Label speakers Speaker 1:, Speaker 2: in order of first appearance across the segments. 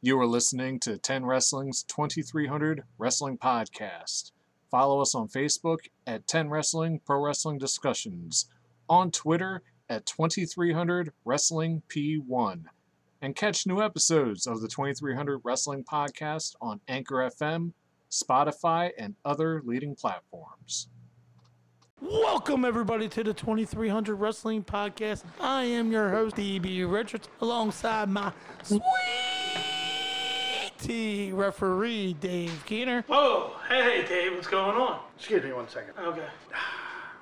Speaker 1: You are listening to 10 Wrestling's 2300 Wrestling Podcast. Follow us on Facebook at 10 Wrestling Pro Wrestling Discussions, on Twitter at 2300 Wrestling P1, and catch new episodes of the 2300 Wrestling Podcast on Anchor FM, Spotify, and other leading platforms.
Speaker 2: Welcome, everybody, to the 2300 Wrestling Podcast. I am your host, DB Richards, alongside my sweet tea referee, Dave Keener.
Speaker 3: Whoa! Hey, Dave, what's going on?
Speaker 4: Excuse me one second.
Speaker 3: Okay.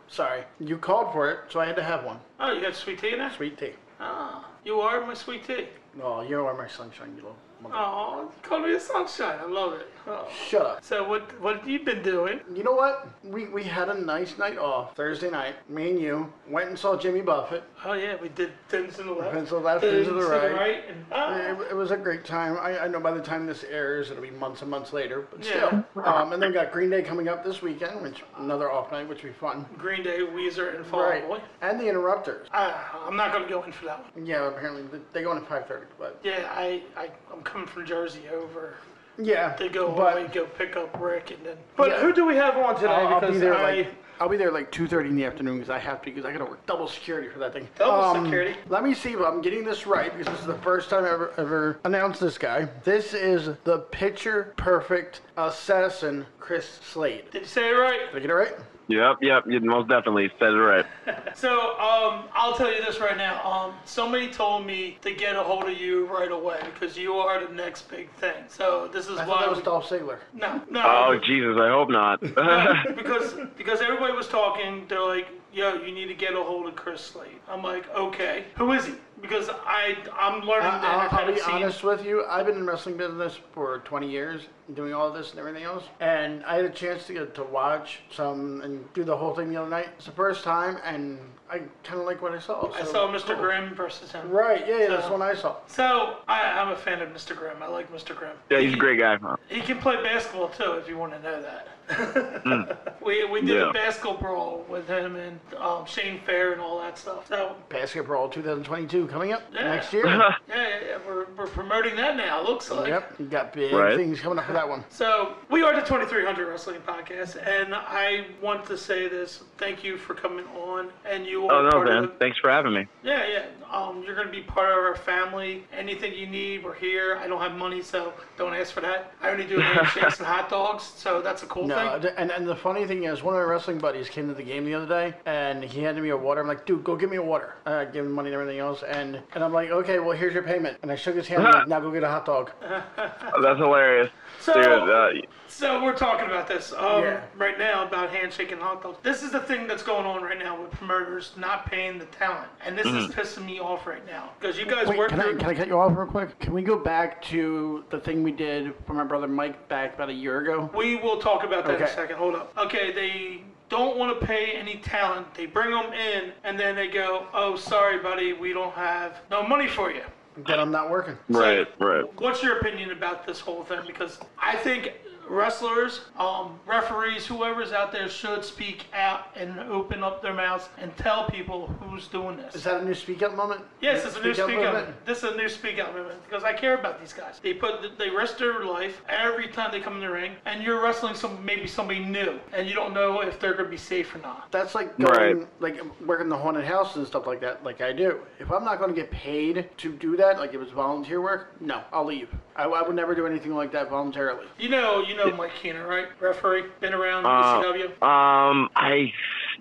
Speaker 4: Sorry. You called for it, so I had to have one.
Speaker 3: Oh, you got sweet tea in there?
Speaker 4: Sweet tea.
Speaker 3: Ah, you are my sweet tea.
Speaker 4: No, you are my sunshine, you little mother.
Speaker 3: Oh, you call me a sunshine. I love it. Oh.
Speaker 4: Shut up.
Speaker 3: So what? What have you been doing?
Speaker 4: You know what? We, we had a nice night off Thursday night. Me and you went and saw Jimmy Buffett.
Speaker 3: Oh yeah, we did thins to the left,
Speaker 4: Thins to the left, thins to the right.
Speaker 3: and
Speaker 4: It,
Speaker 3: ah.
Speaker 4: it was a great time. I, I know by the time this airs, it'll be months and months later, but
Speaker 3: Yeah.
Speaker 4: still. Um, and then we got Green Day coming up this weekend, which another off night, which will be fun.
Speaker 3: Green Day, Weezer, and Fall Out Boy.
Speaker 4: And the Interrupters.
Speaker 3: Ah, I'm not gonna go in for that one.
Speaker 4: Yeah, apparently th- they go in at 5:30, but
Speaker 3: Yeah, I, I I'm coming from Jersey over.
Speaker 4: yeah.
Speaker 3: They go
Speaker 4: but,
Speaker 3: away, go pick up Rick, and then. But
Speaker 4: Yeah.
Speaker 3: who do we have on today?
Speaker 4: I'll, I'll be
Speaker 3: Because
Speaker 4: there
Speaker 3: I-
Speaker 4: like I'll be there like 2:30 in the afternoon because I have to because I gotta work double security for that thing. Um,
Speaker 3: Double security?
Speaker 4: Let me see if I'm getting this right because this is the first time I ever ever announced this guy. This is the picture perfect assassin Chris Slade. Did
Speaker 3: Did you say it right?
Speaker 4: I get it right?
Speaker 5: Yep, yep, you most definitely said it right.
Speaker 3: So, um, I'll tell you this right now. Um, somebody told me to get a hold of you right away because you are the next big thing. So this is
Speaker 4: I
Speaker 3: why.
Speaker 4: thought that was
Speaker 3: we-
Speaker 4: Dolph Ziggler.
Speaker 3: no, no.
Speaker 5: Oh Jesus, I hope not.
Speaker 3: because because everybody was talking. They're like, "Yo, you need to get a hold of Chris Slade." I'm like, "Okay, who is he?" Because I I'm learning
Speaker 4: I-
Speaker 3: that
Speaker 4: Uh, I'll,
Speaker 3: I
Speaker 4: I'll
Speaker 3: haven't
Speaker 4: be
Speaker 3: seen.
Speaker 4: honest with you. I've been in wrestling business for 20 years, doing all this and everything else. And I had a chance to get to watch some and do the whole thing the other night. It's the first time, and I kind of like what I saw.
Speaker 3: I
Speaker 4: so
Speaker 3: saw Mr.
Speaker 4: cool.
Speaker 3: Grimm versus him.
Speaker 4: Right, yeah, yeah, that's
Speaker 3: So-
Speaker 4: one I saw.
Speaker 3: So I, I'm a fan of Mr. Grimm. I like Mr. Grimm.
Speaker 5: yeah, he's a
Speaker 3: He-
Speaker 5: great guy.
Speaker 3: He can play basketball too, if you want to know that. we we did
Speaker 5: Hmm. Yeah.
Speaker 3: a basketball brawl with him and um, Shane Fair and all that stuff. So
Speaker 4: Basketball 2022 coming up
Speaker 3: Yeah.
Speaker 4: next year.
Speaker 5: Oh,
Speaker 3: yeah, yeah, yeah we're, we're promoting that now. it Looks like.
Speaker 4: yep, you got big
Speaker 5: Right.
Speaker 4: things coming up for that one.
Speaker 3: So we are the 2300 Wrestling Podcast, and I want to say this. Thank you for coming on, and you
Speaker 5: Oh
Speaker 3: are
Speaker 5: no,
Speaker 3: part
Speaker 5: man.
Speaker 3: of. The,
Speaker 5: Thanks for having me.
Speaker 3: yeah, yeah. Um, you're going to be part of our family. Anything you need, we're here. I don't have money, so don't ask for that. I only do handshakes and hot dogs, so that's a cool
Speaker 4: No,
Speaker 3: thing.
Speaker 4: th- and, and the funny thing is, one of my wrestling buddies came to the game the other day, and he handed me a water. I'm like, dude, go get me a water. And I give him money and everything else, and, and I'm like, okay, well, here's your payment. And I shook his hand, I'm like, now go get a hot dog.
Speaker 5: Oh, that's hilarious.
Speaker 3: So-
Speaker 5: Dude, uh,
Speaker 3: So we're talking about this um,
Speaker 4: Yeah.
Speaker 3: right now about handshake and hot dogs. This is the thing that's going on right now with promoters not paying the talent, and this
Speaker 5: Mm.
Speaker 3: is pissing me off right now because you guys
Speaker 4: Wait,
Speaker 3: work.
Speaker 4: can I,
Speaker 3: through-
Speaker 4: can I cut you off real quick? Can we go back to the thing we did for my brother Mike back about a year ago?
Speaker 3: We will talk about that in a
Speaker 4: Okay.
Speaker 3: second. Hold up. Okay, they don't want to pay any talent. They bring them in, and then they go, "Oh, sorry, buddy, we don't have no money for you."
Speaker 4: That I'm not working.
Speaker 5: right, right.
Speaker 3: What's your opinion about this whole thing? Because I think wrestlers, um, referees, whoever's out there should speak out and open up their mouths and tell people who's doing this.
Speaker 4: Is that a new speak up moment?
Speaker 3: Yes, it's a new speak
Speaker 4: moment?
Speaker 3: out. This is a new speak out movement because I care about these guys. They put they risk their life every time they come in the ring, and you're wrestling some maybe somebody new, and you don't know if they're gonna be safe or not.
Speaker 4: That's like
Speaker 5: Right.
Speaker 4: going, like working the haunted house and stuff like that, like I do. If I'm not going to get paid to do that, like if it's volunteer work, no, I'll leave. I, I would never do anything like that voluntarily.
Speaker 3: You know, you know Mike Keener, right? Referee, been around
Speaker 5: Uh,
Speaker 3: ECW.
Speaker 5: Um, I,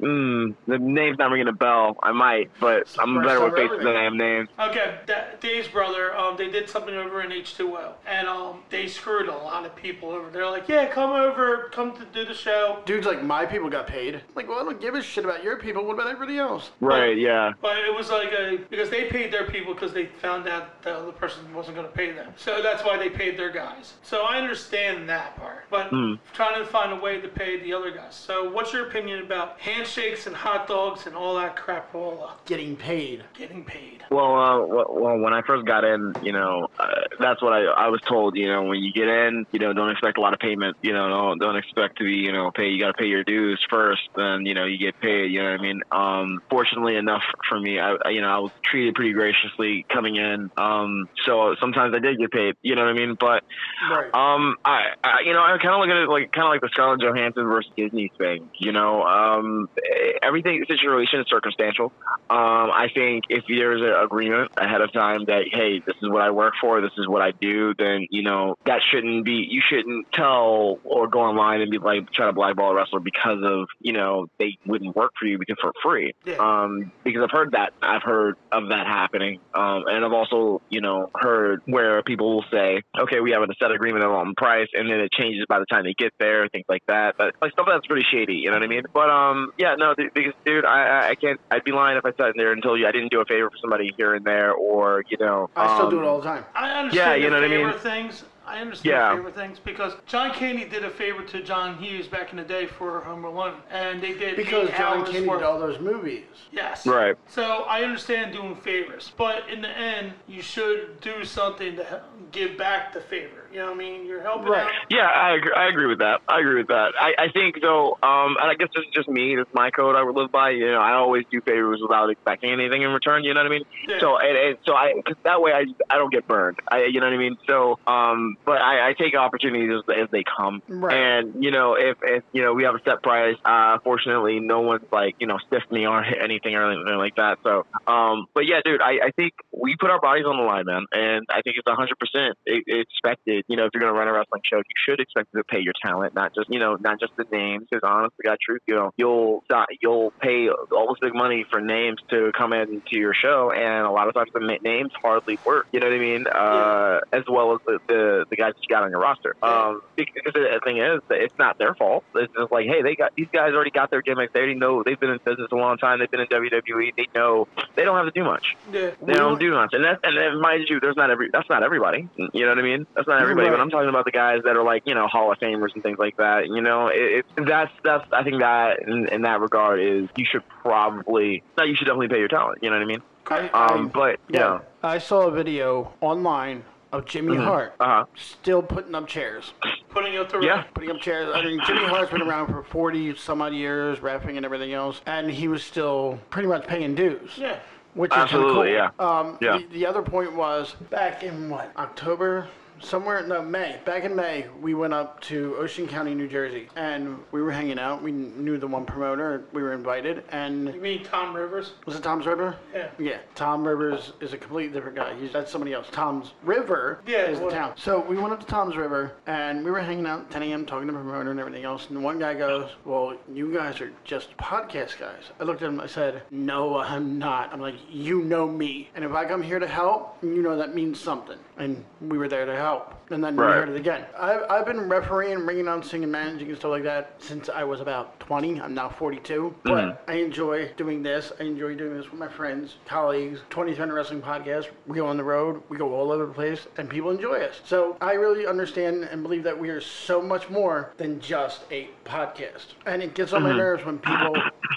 Speaker 5: mm, the name's not ringing a bell. I might, but I'm
Speaker 4: First
Speaker 5: better with
Speaker 4: time
Speaker 5: faces than I am names.
Speaker 3: Okay, that, Dave's brother, um, they did something over in H2O, and um, they screwed a lot of people over. They're like, yeah, come over, come to do the show.
Speaker 4: Dudes like my people got paid. Like, well, I don't give a shit about your people. What about everybody else?
Speaker 5: Right, yeah.
Speaker 3: But it was like a because they paid their people because they found out the other person wasn't going to pay them, so that's why they paid their guys. So I understand that part, but
Speaker 5: Hmm.
Speaker 3: trying to find a way to pay the other guys. So what's your opinion about handshakes and hot dogs and all that crap all
Speaker 4: Getting paid.
Speaker 3: getting paid?
Speaker 5: Well, uh, well, well, when I first got in, you know, uh, that's what I, I was told. You know, when you get in, you know, don't expect a lot of payment. You know, don't, don't expect to be, you know, pay. You got to pay your dues first, then you know you get paid. You know what I mean? Um, fortunately enough for me, I I- you know I was treated pretty graciously coming in. Um, so sometimes I did get paid. You know what I mean? But
Speaker 4: Right.
Speaker 5: um, I, I you know, I kind of look at it like kind of like the Scarlett Johansson versus Disney thing. You know, um, eh, everything situation is circumstantial. Um, I think if there's an agreement ahead of time that hey, this is what I work for, this is what I do, then you know that shouldn't be. You shouldn't tell or go online and be like try to blackball a wrestler because of you know they wouldn't work for you because for free.
Speaker 4: Yeah.
Speaker 5: Um, because I've heard that I've heard of that happening, um, and I've also you know heard where people will say, okay, we have a set agreement on price, and then it changes by the time they get there, things like that. But like stuff that's pretty shady, you know what I mean? But um, yeah, no, th- because dude, I I- I can't. I'd be lying if I sat there and told you I didn't do a favor for somebody here and there, or you know,
Speaker 4: I still
Speaker 5: um,
Speaker 4: do it all the time.
Speaker 3: I
Speaker 5: Yeah,
Speaker 3: understand
Speaker 5: you know
Speaker 3: the
Speaker 5: what I
Speaker 3: favor
Speaker 5: mean?
Speaker 3: things. I understand
Speaker 5: Yeah.
Speaker 3: the favor things because John Candy did a favor to John Hughes back in the day for Home Alone, and they did
Speaker 4: Because
Speaker 3: eight
Speaker 4: John
Speaker 3: hours
Speaker 4: Candy
Speaker 3: worth.
Speaker 4: did all those movies.
Speaker 3: Yes.
Speaker 5: Right.
Speaker 3: So I understand doing favors, but in the end, you should do something to he- give back the favor. You know what I mean? You're helping
Speaker 4: Right.
Speaker 3: out.
Speaker 5: Yeah, I agree, I agree with that. I agree with that. I, I think though, um, and I guess this is just me. This is my code I would live by. You know, I always do favors without expecting anything in return. You know what I mean?
Speaker 3: Yeah.
Speaker 5: So and, and so I cause that way I I don't get burned. I you know what I mean? So um, but I, I take opportunities as, as they come.
Speaker 4: Right.
Speaker 5: And you know if if you know we have a set price. Uh, fortunately, no one's like you know stiffed me on anything or anything like that. So um, but yeah, dude, I I think we put our bodies on the line, man, and I think it's a hundred percent e, expected. You know, if you're gonna run a wrestling show, you should expect to pay your talent, not just you know not just the names. Because honest to God, truth, you know you'll you'll pay all this big money for names to come into your show, and a lot of times the ma- names hardly work. You know what I mean? Uh, as well as the, the the guys that you got on your roster. Um, because the thing is, that it's not their fault. It's just like, hey, they got these guys already got their gimmicks. They already know they've been in business a long time. They've been in WWE. They know they don't have to do much.
Speaker 3: Yeah.
Speaker 5: They don't do much, and that's and then, mind you, there's not every that's not everybody. You know what I mean? That's not everybody.
Speaker 4: Right.
Speaker 5: But I'm talking about the guys that are like you know Hall of Famers and things like that. You know, it, it, that's that's I think that in, in that regard is you should probably no, you should definitely pay your talent. You know what I mean? Um, but yeah,
Speaker 4: I saw a video online of Jimmy Hart
Speaker 5: uh huh,
Speaker 4: still putting up chairs.
Speaker 3: Putting up the
Speaker 5: yeah,
Speaker 4: Putting up chairs. I mean, Jimmy Hart's been around for 40 some odd years, rapping and everything else, and he was still pretty much paying dues.
Speaker 3: Yeah.
Speaker 4: Which is kinda cool.
Speaker 5: Absolutely, yeah.
Speaker 4: Um,
Speaker 5: Yeah.
Speaker 4: The, the other point was back in what October, somewhere no May. Back in May, we went up to Ocean County, New Jersey, and we were hanging out. We knew the one promoter. We were invited, and
Speaker 3: You mean Tom Rivers?
Speaker 4: was it Tom's River?
Speaker 3: Yeah.
Speaker 4: Yeah. Tom Rivers is a completely different guy. He's that's somebody else. Tom's River
Speaker 3: Yeah,
Speaker 4: is the
Speaker 3: what-
Speaker 4: town. So we went up to Tom's River and we were hanging out 10 a.m. talking to the promoter and everything else. And one guy goes, Well, you guys are just podcast guys. I looked at him, I said, No, I'm not. I'm like, You know me. And if I come here to help, you know that means something. And we were there to help. And then we
Speaker 5: Right.
Speaker 4: heard it again. I've, I've been refereeing, ringing on, singing, managing, and stuff like that since I was about 20. I'm now 42. But I enjoy doing this. I enjoy doing this with my friends, colleagues, 2010 Wrestling Podcast. We go on the road, we go all over the place, and people enjoy us. So I really understand and believe that we are so much more than just a podcast. And it gets on my nerves when people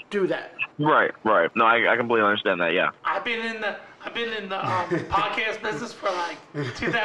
Speaker 4: do that.
Speaker 5: right, right. No, I, I completely understand that. Yeah,
Speaker 3: I've been in the I've been in the um, podcast business for like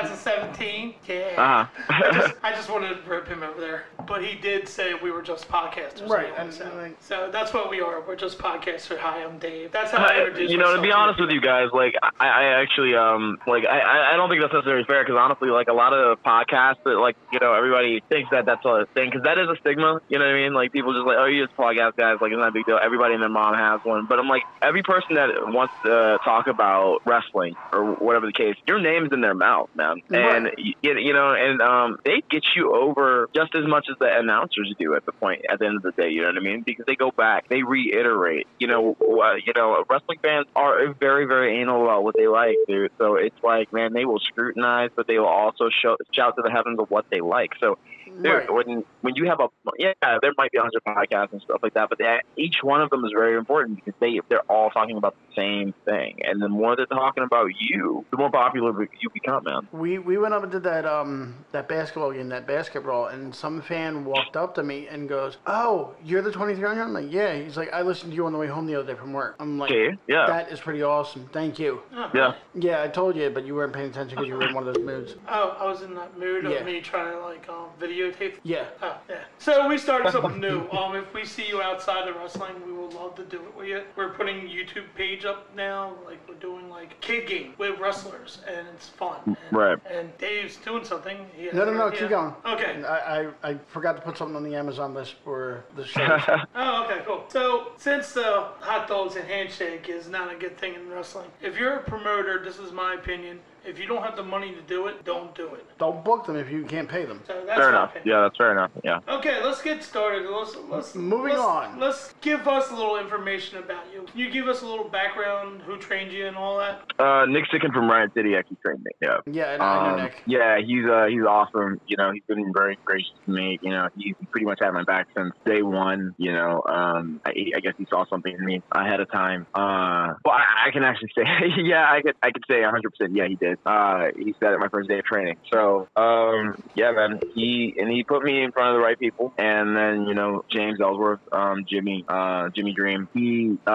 Speaker 3: 2017. Yeah.
Speaker 5: uh
Speaker 3: I
Speaker 5: huh.
Speaker 3: just, I just wanted to rip him over there, but he did say we were just podcasters.
Speaker 4: Right,
Speaker 3: you know,
Speaker 4: and-
Speaker 3: so,
Speaker 4: and like-
Speaker 3: so that's what we are. We're just podcasters. Hi, I'm Dave. That's how I
Speaker 5: I-
Speaker 3: introduced
Speaker 5: Uh, you know, to
Speaker 3: myself
Speaker 5: be honest with you guys, like I, I actually, um, like I- I, I don't think that's necessarily fair because honestly, like a lot of podcasts that, like you know, everybody thinks that that's a thing because that is a stigma. You know what I mean? Like people just like, oh, you just podcast guys, like it's not a big deal. Everybody and their mom has one. But I'm like, every person that wants to talk about wrestling or whatever the case, your name's in their mouth, man, and
Speaker 4: Right.
Speaker 5: y- you, you know, and um, they get you over just as much as the announcers do at the point at the end of the day. You know what I mean? Because they go back, they reiterate. You know, uh, you know, wrestling fans are very, very anal about what they like, dude. So it's like, man, they will scrutinize, but they will also show, shout to the heavens of what they like. So Dude,
Speaker 4: Right.
Speaker 5: when when you have a yeah, there might be a hundred podcasts and stuff like that, but they, each one of them is very important because they they're all talking about the same thing, and the more they're talking about you, the more popular you become, man.
Speaker 4: We we went up and did that um that basketball game, that basketball, and some fans man walked up to me and goes, "Oh, you're the 2300." I'm like, "Yeah." He's like, "I listened to you on the way home the other day from work." I'm like,
Speaker 5: Okay, yeah.
Speaker 4: "That is pretty awesome. Thank you."
Speaker 3: Uh-huh.
Speaker 5: Yeah.
Speaker 4: Yeah, I told you, but you weren't paying attention because you were in one of those moods.
Speaker 3: Oh, I was in that mood
Speaker 4: Yeah.
Speaker 3: of me trying to like um, videotape.
Speaker 4: Yeah.
Speaker 3: Oh, yeah. So we started something new. Um, if we see you outside of wrestling, we will love to do it with you. We're putting YouTube page up now. Like we're doing like kid game with wrestlers, and it's fun. And,
Speaker 5: Right.
Speaker 3: And Dave's doing something. He has
Speaker 4: No, no, no.
Speaker 3: idea.
Speaker 4: Keep going.
Speaker 3: Okay.
Speaker 4: And I, I, I forgot to put something on the Amazon list for the show.
Speaker 3: Oh, okay, cool. So, since the hot dogs and handshake is not a good thing in wrestling, if you're a promoter, this is my opinion. If you don't have the money to do it, don't do it.
Speaker 4: Don't book them if you can't pay them.
Speaker 3: So that's
Speaker 5: Fair
Speaker 3: my
Speaker 5: enough.
Speaker 3: opinion.
Speaker 5: Yeah, that's fair enough. Yeah.
Speaker 3: Okay, let's get started. Let's, let's
Speaker 4: Moving
Speaker 3: let's-
Speaker 4: on.
Speaker 3: Let's give us a little information about you. Can you give us a little background, who trained you, and all that?
Speaker 5: Uh, Nick Sicken from Ryan City actually trained me. Yeah.
Speaker 4: Yeah, and I know
Speaker 5: Um,
Speaker 4: Nick.
Speaker 5: Yeah, he's uh, he's awesome. You know, he's been very gracious to me. You know, he's pretty much had my back since day one. You know, um, I, I guess he saw something in me ahead of time. Uh, well, I, I can actually say, yeah, I could I could say 100. percent Yeah, he did. Uh, he said it my first day of training. So, um, yeah, man, he and he put me in front of the right people, and then you know James Ellsworth, um, Jimmy, uh, Jimmy Dream. He, uh,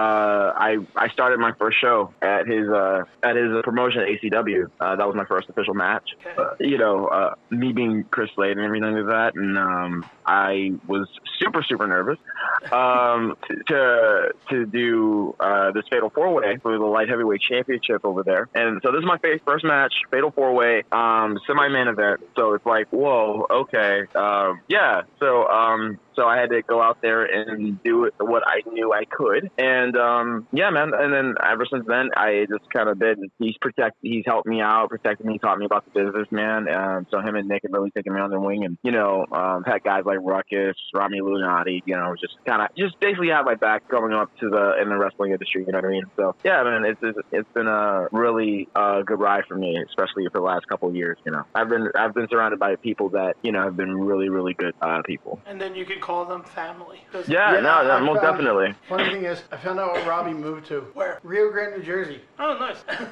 Speaker 5: I I started my first show at his uh, at his promotion at ACW. Uh, that was my first official match
Speaker 3: Okay.
Speaker 5: uh, you know, uh, me being Chris Slade and everything like that, and um, I was super, super nervous um, t- to to do uh, this Fatal Four Way for the Light Heavyweight Championship over there. And so this is my fa- first match, Fatal Four Way, um, semi main event. So it's like, whoa, okay, um, yeah. So um, so I had to go out there and do it- what I knew I could. And um, yeah, man. And then ever since then, I just kind of been. He's protect. He's helped me out, protected me, taught me about the business, man. Um, so him and Nick have really taken me on the wing, and you know, um, had guys like Ruckus, Rami Lunati, you know, just kind of just basically had my back coming up to the in the wrestling industry. You know what I mean? So yeah, man. It's it's, it's been a really uh, good ride for me, especially for the last couple of years. You know, I've been I've been surrounded by people that you know have been really really good uh, people.
Speaker 3: And then you can call them family. 'Cause-
Speaker 5: Yeah,
Speaker 4: Yeah,
Speaker 5: no,
Speaker 4: I- I
Speaker 5: no most
Speaker 4: found-
Speaker 5: definitely.
Speaker 4: Funny thing is, I found out what Robbie moved to.
Speaker 3: Where?
Speaker 4: Rio Grande, New Jersey.
Speaker 3: Oh, nice.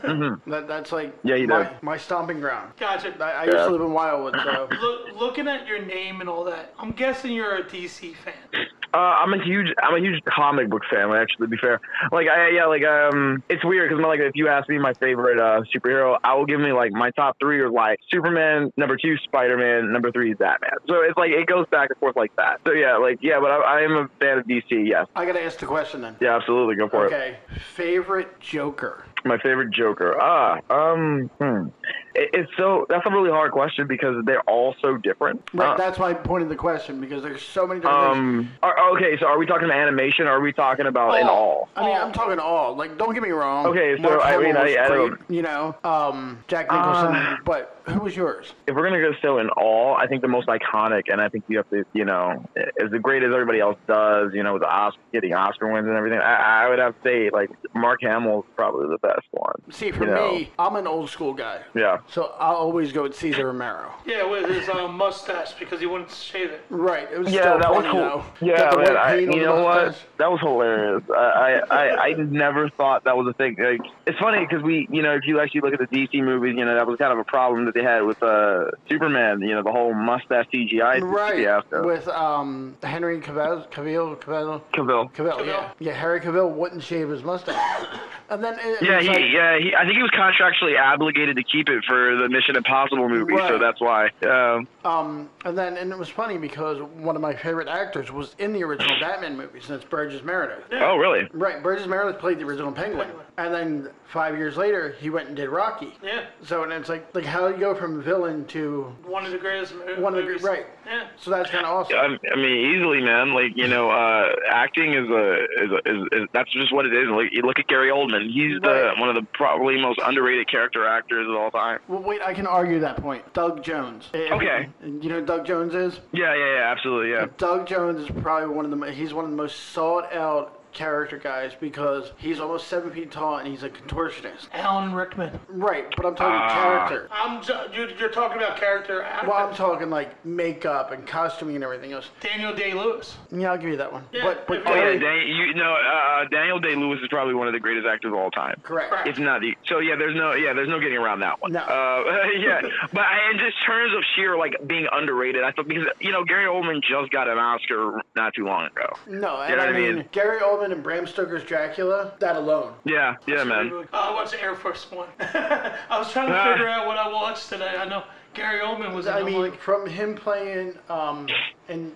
Speaker 4: That, that's like
Speaker 5: Yeah, you
Speaker 4: my,
Speaker 5: did.
Speaker 4: my stomping ground.
Speaker 3: gotcha.
Speaker 4: I, I
Speaker 5: Yeah.
Speaker 4: used to live in Wildwood, so
Speaker 3: Look, looking at your name and all that, I'm guessing you're a DC fan.
Speaker 5: Uh, I'm a huge, I'm a huge comic book fan. like, Actually, to be fair, like, I, yeah, like, um, it's weird because like, if you ask me my favorite uh, superhero, I will give me like my top three are like Superman, number two Spider Man, number three is Batman. So it's like it goes back and forth like that. So yeah, like yeah, but I, I am a fan of DC. Yes,
Speaker 4: I gotta ask the question then.
Speaker 5: yeah, absolutely, go for it.
Speaker 4: Okay, favorite Joker.
Speaker 5: My favorite Joker. Ah, um, hmm. It, it's so that's a really hard question because they're all so different.
Speaker 4: Right,
Speaker 5: Uh,
Speaker 4: that's why I pointed the question because there's so many different things.
Speaker 5: um. Are, okay, so are we talking about animation? Or are we talking about in all?
Speaker 4: Oh, I mean, I'm talking all. Like, don't get me wrong.
Speaker 5: Okay, so,
Speaker 4: Mark
Speaker 5: I mean,
Speaker 4: Hamill was
Speaker 5: I- I
Speaker 4: great,
Speaker 5: don't- Ah.
Speaker 4: you know, um, Jack Nicholson. but who was yours?
Speaker 5: if we're gonna go still in all, I think the most iconic, and I think you have to, you know, as great as everybody else does, you know, with the Oscar getting Oscar wins and everything, I, I would have to say like Mark Hamill's probably the best one.
Speaker 4: See, for
Speaker 5: you know?
Speaker 4: me, I'm an old school guy,
Speaker 5: yeah,
Speaker 4: so I'll always go with Caesar Romero.
Speaker 3: Yeah, with his uh, mustache because he wouldn't shave it.
Speaker 4: Right. It was
Speaker 5: yeah,
Speaker 4: still
Speaker 5: that was
Speaker 4: funny,
Speaker 5: cool.
Speaker 4: though.
Speaker 5: Yeah,
Speaker 4: Got the
Speaker 5: man,
Speaker 4: white
Speaker 5: I,
Speaker 4: paint on
Speaker 5: you
Speaker 4: the
Speaker 5: know what?
Speaker 4: mustache.
Speaker 5: That was hilarious. I, I, I, I never thought that was a thing. Like, it's funny because we, you know, if you actually look at the DC movies, you know, that was kind of a problem that they had with uh, Superman. You know, the whole mustache CGI
Speaker 4: Right.
Speaker 5: fiasco.
Speaker 4: With um Henry Cavill, Cavill, Cavill,
Speaker 5: Cavill.
Speaker 4: Cavill, yeah, yeah. Harry Cavill wouldn't shave his mustache, and then it,
Speaker 5: Yeah,
Speaker 4: it's
Speaker 5: he,
Speaker 4: like,
Speaker 5: yeah. He, I think he was contractually obligated to keep it for the Mission Impossible movie, so
Speaker 4: Right.
Speaker 5: that's why. Um,
Speaker 4: Um, and then and it was funny because one of my favorite actors was in the original Batman movies, and it's Burgess Meredith.
Speaker 5: oh, really?
Speaker 4: Right, Burgess Meredith played the original Penguin, and then five years later he went and did Rocky.
Speaker 3: Yeah.
Speaker 4: So and it's like like how do you go from villain to
Speaker 3: One of the greatest mo-
Speaker 4: one of the
Speaker 3: movies.
Speaker 4: right?
Speaker 3: Yeah.
Speaker 4: So that's kind of awesome.
Speaker 5: I, I mean, easily, man. Like you know, uh, acting is a is, a, is, is that's just what it is. Like you look at Gary Oldman. He's
Speaker 4: Right.
Speaker 5: the one of the probably most underrated character actors of all time.
Speaker 4: Well, wait, I can argue that point. Doug Jones. If-
Speaker 5: Okay.
Speaker 4: You know who Doug Jones is?
Speaker 5: Yeah, yeah, yeah. Absolutely, yeah.
Speaker 4: Doug Jones is probably one of the mo- he's one of the most sought out character guys because he's almost seven feet tall and he's a contortionist.
Speaker 3: Alan Rickman.
Speaker 4: Right, but I'm talking
Speaker 5: Ah.
Speaker 4: character.
Speaker 3: I'm ju- you, you're talking about character. actor.
Speaker 4: Well, I'm talking like makeup and costuming and everything else.
Speaker 3: Daniel Day Lewis.
Speaker 4: Yeah, I'll give you that one.
Speaker 3: Yeah,
Speaker 4: but but
Speaker 3: if you-
Speaker 5: Oh, yeah,
Speaker 4: Daniel-
Speaker 5: Dan, you know, uh, Daniel Day Lewis is probably one of the greatest actors of all time.
Speaker 4: correct.
Speaker 5: It's not the so yeah. There's no yeah. There's no getting around that one.
Speaker 4: No.
Speaker 5: Uh, yeah, but I, in just terms of sheer like being underrated, I thought because you know Gary Oldman just got an Oscar not too long ago.
Speaker 4: No,
Speaker 5: You
Speaker 4: and
Speaker 5: know
Speaker 4: I
Speaker 5: what I
Speaker 4: mean,
Speaker 5: mean?
Speaker 4: Gary Oldman and Bram Stoker's Dracula. That alone.
Speaker 5: Yeah, yeah, man.
Speaker 3: Uh, I watched Air Force One. I was trying
Speaker 5: Ah.
Speaker 3: to figure out what I watched today. I know Gary Oldman was in.
Speaker 4: I
Speaker 3: I'm
Speaker 4: mean,
Speaker 3: like,
Speaker 4: from him playing um in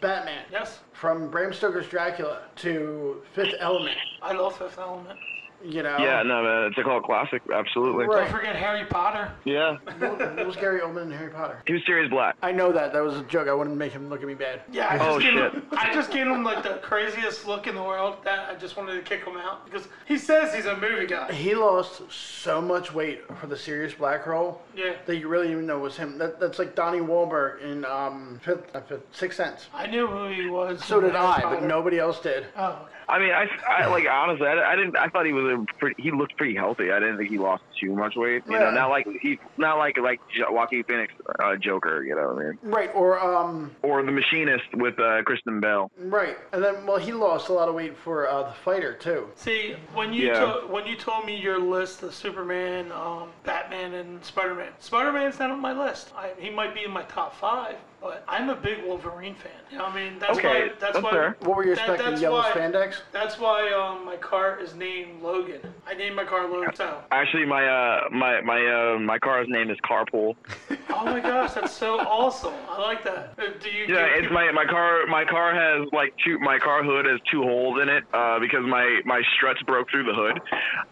Speaker 4: Batman,
Speaker 3: yes,
Speaker 4: from Bram Stoker's Dracula to Fifth Element.
Speaker 3: I love Fifth Element.
Speaker 4: You know.
Speaker 5: Yeah, no, man. It's a cult classic. Absolutely.
Speaker 4: Right.
Speaker 3: Don't forget Harry Potter.
Speaker 5: Yeah.
Speaker 4: What what was Gary Oldman in Harry Potter?
Speaker 5: He was serious black.
Speaker 4: I know that. That was a joke. I wouldn't make him look at me bad.
Speaker 3: Yeah, I just,
Speaker 5: Oh,
Speaker 3: gave
Speaker 5: shit.
Speaker 3: Him, I just gave him like the craziest look in the world that I just wanted to kick him out because he says he's a movie guy.
Speaker 4: He lost so much weight for the serious black role
Speaker 3: Yeah.
Speaker 4: that you really even know was him. That, that's like Donnie Wahlberg in um, Fifth, uh, Fifth, Sixth Sense.
Speaker 3: I knew who he was.
Speaker 4: So did
Speaker 3: Harry
Speaker 4: I, but
Speaker 3: Potter.
Speaker 4: nobody else did.
Speaker 3: Oh, okay.
Speaker 5: I mean, I, I like honestly, I, I didn't. I thought he was a pretty. He looked pretty healthy. I didn't think he lost too much weight. You
Speaker 4: Yeah.
Speaker 5: know, not like he, not like like Jo- Joaquin Phoenix, uh, Joker. You know what I mean?
Speaker 4: Right, or um,
Speaker 5: Or The Machinist with uh, Kristen Bell.
Speaker 4: right, and then well, he lost a lot of weight for uh, the fighter too.
Speaker 3: See, when you
Speaker 5: Yeah.
Speaker 3: to- when you told me your list of Superman, um, Batman, and Spider-Man, Spider-Man's not on my list. I, he might be in my top five, but I'm a big Wolverine fan. You know what I mean, that's
Speaker 5: Okay,
Speaker 3: why. That's
Speaker 5: that's
Speaker 3: why.
Speaker 5: fair.
Speaker 4: What were you
Speaker 3: that-
Speaker 4: expecting?
Speaker 3: that's
Speaker 4: yellow
Speaker 3: why-
Speaker 4: spandex.
Speaker 3: That's why um, my car is named Logan. I named my car Logan. So.
Speaker 5: Actually, my uh, my my uh, my car's name is Carpool.
Speaker 3: Oh my gosh, that's so awesome. I like that. Uh, Do you?
Speaker 5: Yeah,
Speaker 3: do you-
Speaker 5: it's my my car. My car has like two. My car hood has two holes in it uh, because my my struts broke through the hood,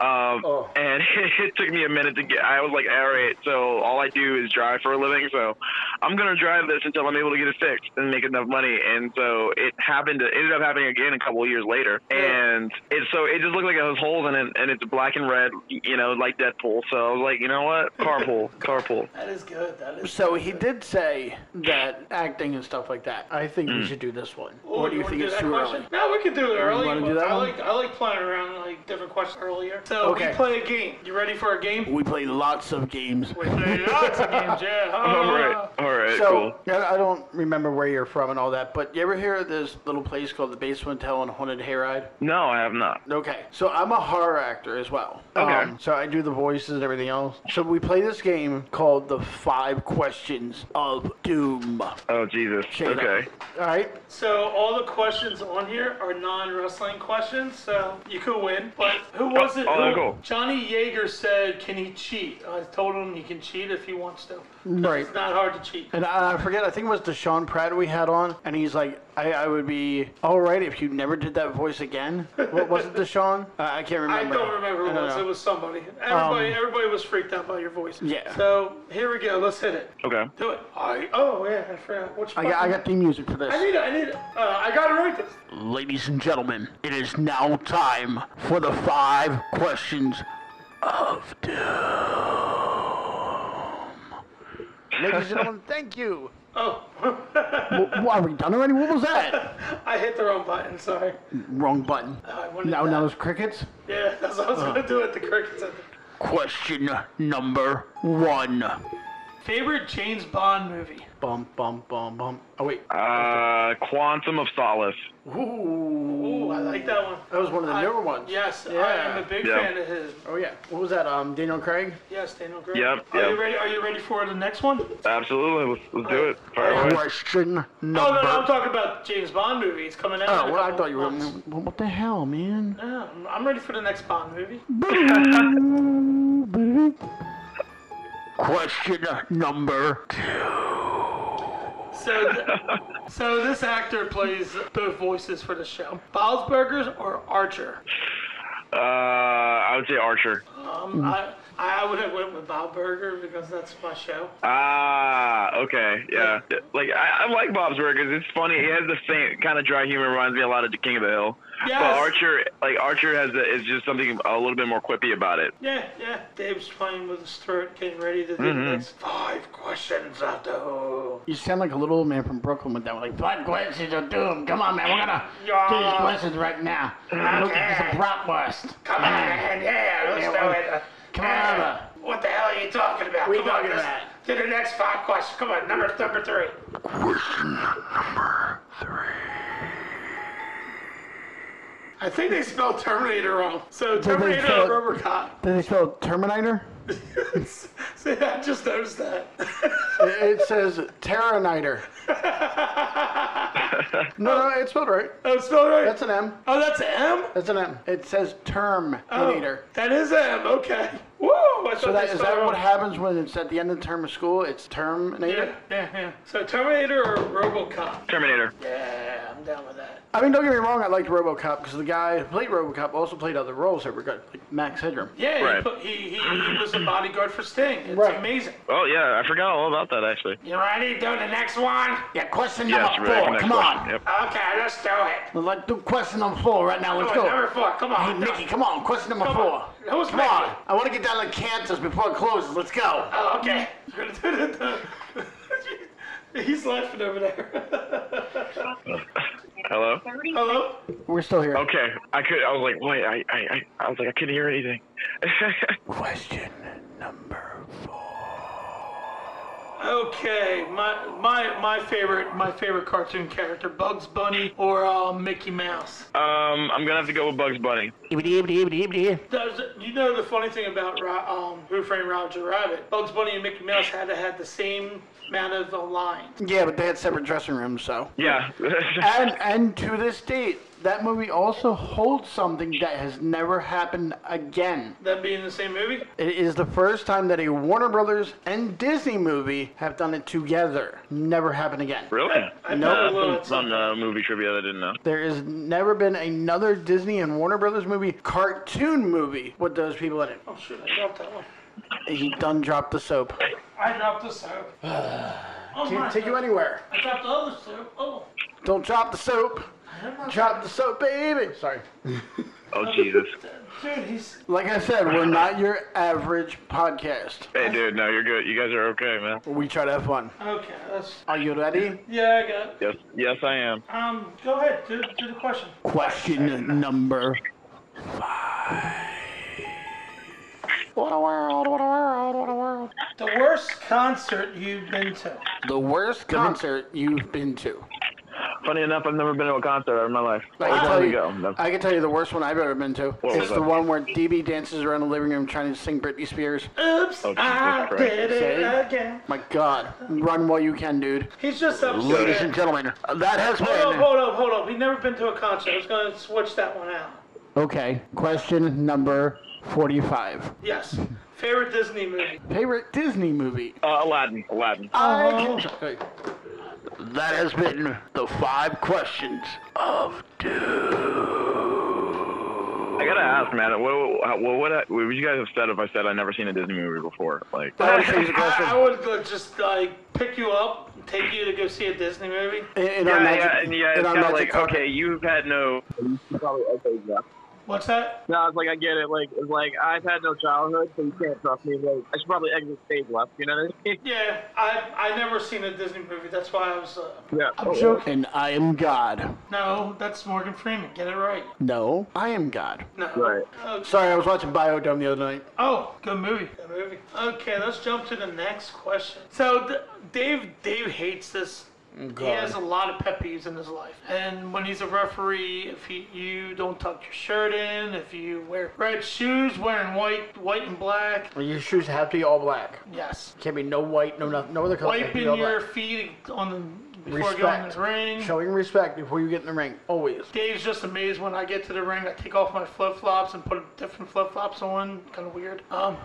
Speaker 5: um,
Speaker 4: Oh.
Speaker 5: and it, took me a minute to get. I was like, all right, so all I do is drive for a living, so I'm gonna drive this until I'm able to get it fixed and make enough money. And so it happened. It ended up happening again a couple of years later, and it so it just looked like it has holes in it, and it's black and red, you know, like Deadpool. So I was like, you know what, carpool, carpool.
Speaker 3: That is good. That is.
Speaker 4: So he did say that acting and stuff like that. I think we should do this one.
Speaker 3: Oh,
Speaker 4: what do you, think
Speaker 3: wanna
Speaker 4: is
Speaker 3: that
Speaker 4: too
Speaker 3: question?
Speaker 4: early?
Speaker 3: No, we can do it early.
Speaker 4: wanna do that
Speaker 3: I
Speaker 4: one?
Speaker 3: like I like playing around like different questions earlier. So
Speaker 4: Okay.
Speaker 3: we play a game. You ready for a game?
Speaker 4: We play lots of games.
Speaker 3: We play lots of games, yeah.
Speaker 5: All right, all right,
Speaker 4: Uh, So
Speaker 5: cool.
Speaker 4: I I don't remember where you're from and all that, but you ever hear of this little place called the Basement Hotel and Haunted Hayride?
Speaker 5: No, I have not.
Speaker 4: Okay, so I'm a horror actor as well. Um,
Speaker 5: Okay.
Speaker 4: so I do the voices and everything else. So we play this game called the Five Questions of Doom.
Speaker 5: Oh Jesus.
Speaker 4: Shade up.
Speaker 5: okay.
Speaker 4: All right.
Speaker 3: So all the questions on here are non-wrestling questions, so you could win. But who was it?
Speaker 5: oh,
Speaker 3: who-
Speaker 5: cool.
Speaker 3: Johnny Yeager said, "Can he cheat?" I told him he can cheat if he wants to.
Speaker 4: Right.
Speaker 3: It's not hard to cheat.
Speaker 4: And I I forget, I think it was Deshaun Pratt we had on, and he's like, I, I would be all right if you never did that voice again. What was it, Deshaun? I, I can't
Speaker 3: I
Speaker 4: remember.
Speaker 3: don't remember who it
Speaker 4: I don't
Speaker 3: was.
Speaker 4: know. Um,
Speaker 3: It was somebody. Everybody, everybody was freaked out by your voice.
Speaker 4: Yeah.
Speaker 3: So here we go. Let's hit it.
Speaker 5: Okay.
Speaker 3: Do it. I, oh yeah, I forgot. Which
Speaker 4: I got, I
Speaker 3: button?
Speaker 4: got the music for this.
Speaker 3: I need it. I need it. Uh, I got it right this.
Speaker 4: Ladies and gentlemen, it is now time for the five questions of doom. Ladies and gentlemen, thank you.
Speaker 3: Oh,
Speaker 4: Well, are we done already? What was that?
Speaker 3: I hit the wrong button. Sorry.
Speaker 4: Wrong button.
Speaker 3: I wanted
Speaker 4: Now,
Speaker 3: that.
Speaker 4: now it's crickets.
Speaker 3: Yeah, that's what I was gonna do at the crickets. at the-
Speaker 4: Question number one.
Speaker 3: Favorite James Bond movie?
Speaker 4: Bum bum bum bum. Oh wait.
Speaker 5: Uh, Quantum of Solace.
Speaker 4: Ooh,
Speaker 3: Ooh, I like that one.
Speaker 4: that was one of the
Speaker 3: I-
Speaker 4: newer ones.
Speaker 3: Yes, I
Speaker 4: Yeah.
Speaker 3: am a big
Speaker 5: Yeah.
Speaker 3: fan of his.
Speaker 4: Oh yeah. What was that? Um, Daniel Craig.
Speaker 3: Yes, Daniel Craig.
Speaker 5: Yep,
Speaker 3: Are
Speaker 5: yep.
Speaker 3: you ready? Are you ready for the next one? Oh
Speaker 5: Absolutely. Let's, let's do it. Fire away.
Speaker 4: Question number.
Speaker 3: no, no, I'm talking about James Bond movie. It's coming out. in
Speaker 4: Oh,
Speaker 3: a
Speaker 4: well, I
Speaker 3: couple
Speaker 4: thought you were.
Speaker 3: months.
Speaker 4: Well, what the hell, man?
Speaker 3: Yeah, I'm- I'm ready for the next Bond movie.
Speaker 4: Question number
Speaker 3: So, th- so this actor plays both voices for the show. Bilesburgers or Archer?
Speaker 5: Uh, I would say Archer.
Speaker 4: Hmm.
Speaker 3: Um, I, I would have went with Bob Burger because that's my show.
Speaker 5: Ah, okay, yeah. Like I, I like Bob's Burgers. It's funny. It has the same kind of dry humor. Reminds me a lot of the King of the Hill.
Speaker 3: Yes.
Speaker 5: But Archer, like Archer, has a, is just something a little bit more quippy about it.
Speaker 3: Yeah, yeah. Dave's playing with his throat, getting ready to do the
Speaker 4: Mm-hmm.
Speaker 3: next five questions at the hole.
Speaker 4: You sound like a little old man from Brooklyn with that. Like, five questions are doom. Come on, man. We're gonna do these
Speaker 3: Yeah.
Speaker 4: questions right now. Look at
Speaker 3: Okay.
Speaker 4: some bratwurst. Mm.
Speaker 3: Come on, man. Yeah, let's
Speaker 4: Mm-hmm. Yeah,
Speaker 3: do it.
Speaker 4: come
Speaker 3: Yeah.
Speaker 4: on over.
Speaker 3: What the hell are you talking about?
Speaker 4: We
Speaker 3: Come on,
Speaker 4: talking
Speaker 3: let's
Speaker 4: about?
Speaker 3: Do the next five questions. Come on, number number three. I think they spelled Terminator wrong. So Terminator
Speaker 4: spell
Speaker 3: and
Speaker 4: it-
Speaker 3: Robocop.
Speaker 4: Did they spell Terminator?
Speaker 3: See, I just noticed that.
Speaker 4: It it says Terraniter. no, no, it's spelled right.
Speaker 3: Oh, spelled right.
Speaker 4: That's an M.
Speaker 3: oh, that's an M.
Speaker 4: That's an M. It says
Speaker 3: Oh,
Speaker 4: Terminator.
Speaker 3: that is M. Okay. Woo! I
Speaker 4: So
Speaker 3: thought
Speaker 4: that
Speaker 3: they
Speaker 4: is
Speaker 3: spelled it
Speaker 4: that what
Speaker 3: wrong.
Speaker 4: happens when it's at the end of the term of school? It's
Speaker 3: Yeah,
Speaker 4: Terminator.
Speaker 3: yeah, yeah. So Terminator or RoboCop?
Speaker 5: Terminator.
Speaker 3: Yeah, I'm down with that.
Speaker 4: I mean, don't get me wrong. I liked RoboCop because the guy who played RoboCop also played other roles that were good, like Max Headroom.
Speaker 3: Yeah, he,
Speaker 5: Right.
Speaker 3: put, he, he, he was a bodyguard for Sting. It's
Speaker 4: Right.
Speaker 3: amazing.
Speaker 5: Oh yeah, I forgot all about that actually.
Speaker 3: You ready? Do the next one?
Speaker 4: Yeah, question
Speaker 5: Yes,
Speaker 4: number
Speaker 5: right,
Speaker 4: four.
Speaker 5: next
Speaker 4: Come
Speaker 5: question.
Speaker 4: on.
Speaker 5: Yep.
Speaker 3: Okay, let's do it.
Speaker 4: Let's like, do question number four right now. Let's
Speaker 3: Come
Speaker 4: go.
Speaker 3: on, number four. Come
Speaker 4: Hey,
Speaker 3: on.
Speaker 4: Mickey, come on. Question number
Speaker 3: Come
Speaker 4: four.
Speaker 3: on. Who's
Speaker 4: come
Speaker 3: Mickey?
Speaker 4: on. I want to get down to Kansas before it closes. Let's go.
Speaker 3: Oh, okay. You're gonna do the- the- He's laughing over there.
Speaker 5: Hello.
Speaker 3: Hello?
Speaker 4: We're still here.
Speaker 5: Okay, I could. I was like, wait, I, I, I, I was like, I couldn't hear anything.
Speaker 4: Question number four.
Speaker 3: Okay, my my my favorite my favorite cartoon character, Bugs Bunny or uh, Mickey Mouse.
Speaker 5: um, I'm gonna have to go with Bugs Bunny.
Speaker 3: Does, you know the funny thing about Ro- um, Who Framed Roger Rabbit? Bugs Bunny and Mickey Mouse had to have the same amount of uh, lines.
Speaker 4: Yeah, but they had separate dressing rooms, so.
Speaker 5: Yeah.
Speaker 4: And and to this date, that movie also holds something that has never happened again.
Speaker 3: That being the same movie.
Speaker 4: It is the first time that a Warner Brothers and Disney movie have done it together. Never happened again.
Speaker 5: really?
Speaker 3: I know. well,
Speaker 4: Nope.
Speaker 5: Some,
Speaker 3: it's-
Speaker 5: some uh, movie trivia that I didn't know.
Speaker 4: There has never been another Disney and Warner Brothers movie, cartoon movie, with those people in it.
Speaker 3: Oh shoot! I dropped that one.
Speaker 4: He done dropped the soap.
Speaker 3: I dropped the soap. oh my!
Speaker 4: Can't take you anywhere.
Speaker 3: I dropped the other soap. Oh.
Speaker 4: Don't drop the soap. Drop the soap, baby. Sorry.
Speaker 5: Oh Jesus.
Speaker 3: Dude, he's
Speaker 4: Like I said, we're not your average podcast.
Speaker 5: Hey, dude, no, you're good. You guys are okay, man.
Speaker 4: We try to have fun.
Speaker 3: okay. That's
Speaker 4: Are you ready?
Speaker 3: yeah. I got. It.
Speaker 5: Yes, yes, I am.
Speaker 3: Um, go ahead. Do, do the question.
Speaker 4: Question number five. What a world, what a world, what a world.
Speaker 3: The worst concert you've been to.
Speaker 4: The worst concert you've been to.
Speaker 5: Funny enough, I've never been to a concert in my life.
Speaker 4: I
Speaker 5: Where
Speaker 4: can, tell
Speaker 5: we
Speaker 4: you,
Speaker 5: go? No.
Speaker 4: I can tell you the worst one I've ever been to.
Speaker 5: was
Speaker 4: It's the
Speaker 5: that?
Speaker 4: one where DB dances around the living room trying to sing Britney Spears.
Speaker 3: Oops,
Speaker 5: Oh, Jesus
Speaker 3: I
Speaker 5: Christ.
Speaker 3: did it
Speaker 4: See?
Speaker 3: again.
Speaker 4: My God, run while you can, dude.
Speaker 3: He's just
Speaker 4: Ladies
Speaker 3: upset.
Speaker 4: and gentlemen, that has
Speaker 3: Hold up,
Speaker 4: been.
Speaker 3: hold up, hold up. He's never been to a concert. I was gonna switch that one out.
Speaker 4: Okay, question number 45.
Speaker 3: Yes. Favorite Disney movie.
Speaker 4: Favorite Disney movie?
Speaker 5: Uh, Aladdin. Aladdin.
Speaker 4: I can- That has been the five questions of Oh.
Speaker 5: I gotta ask, man. What, what, what, what would you guys have said if I said I never seen a Disney movie before? Like,
Speaker 4: I would change the question.
Speaker 3: I, I would uh, just like pick you up, and take you to go see a Disney movie.
Speaker 4: In, in
Speaker 5: yeah,
Speaker 4: our magic,
Speaker 5: yeah, and yeah,
Speaker 4: in
Speaker 5: it's
Speaker 4: our
Speaker 5: kind of
Speaker 4: magic
Speaker 5: like
Speaker 4: carpet.
Speaker 5: okay, you've had no. Probably okay, yeah.
Speaker 3: What's that?
Speaker 5: No, it's like I get it. Like it's like I've had no childhood, so you can't trust me. Like I should probably exit stage left. You know what I mean?
Speaker 3: Yeah, I I never seen a Disney movie. That's why I was. Uh,
Speaker 5: Yeah.
Speaker 4: I'm joking. I am God.
Speaker 3: no, that's Morgan Freeman. Get it right.
Speaker 4: No, I am God.
Speaker 3: No.
Speaker 5: Right.
Speaker 3: Oh,
Speaker 4: Sorry, I was watching Biodome the other night.
Speaker 3: Oh, good movie. Good movie. Okay, let's jump to the next question. So, D- Dave Dave hates this. He has a lot of pet peeves in his life, and when he's a referee, if he, you don't tuck your shirt in, if you wear red shoes, wearing white white and black,
Speaker 4: Well, your shoes have to be all black.
Speaker 3: yes,
Speaker 4: Can't be no white, no nothing, no other color. Can't be
Speaker 3: wiping
Speaker 4: all
Speaker 3: your
Speaker 4: black.
Speaker 3: feet on before going to the ring.
Speaker 4: Showing respect before you get in the ring, always.
Speaker 3: Dave's just amazed when I get to the ring. I take off my flip flops and put different flip flops on. Kind of weird. Um,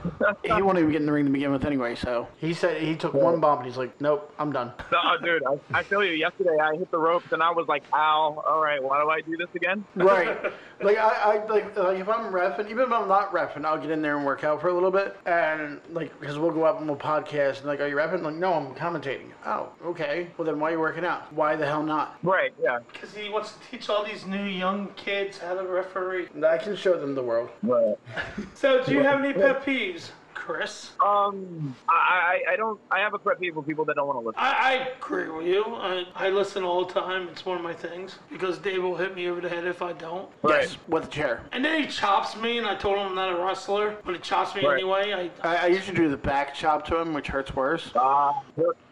Speaker 4: He won't even get in the ring to begin with anyway, so. He said he took one bump and he's like, nope, I'm done.
Speaker 5: No, dude, I, I feel you. Yesterday, I hit the ropes and I was like, "Ow! All right, why do I do this again?"
Speaker 4: Right. like I, I like, like if I'm refing, even if I'm not refing, I'll get in there and work out for a little bit, and like because we'll go up and we'll podcast and like, are you refing? Like, no, I'm commentating. Oh, okay. Well then, why are you working out? Why the hell not?
Speaker 5: Right? Yeah.
Speaker 3: because he wants to teach all these new young kids how to referee.
Speaker 4: I can show them the world.
Speaker 5: Right.
Speaker 3: So, do you have any pet peeves, Chris?
Speaker 5: Um, I, I, I don't. I have a pet peeve with people that don't want to listen.
Speaker 3: I, I agree with you. I, I listen all the time. It's one of my things because Dave will hit me over the head if I don't.
Speaker 5: Right.
Speaker 4: With a chair.
Speaker 3: And then he chops me, and I told him I'm not a wrestler, but he chops me
Speaker 5: Right.
Speaker 3: anyway. I,
Speaker 4: I, I usually do the back chop to him, which hurts worse.
Speaker 5: Uh,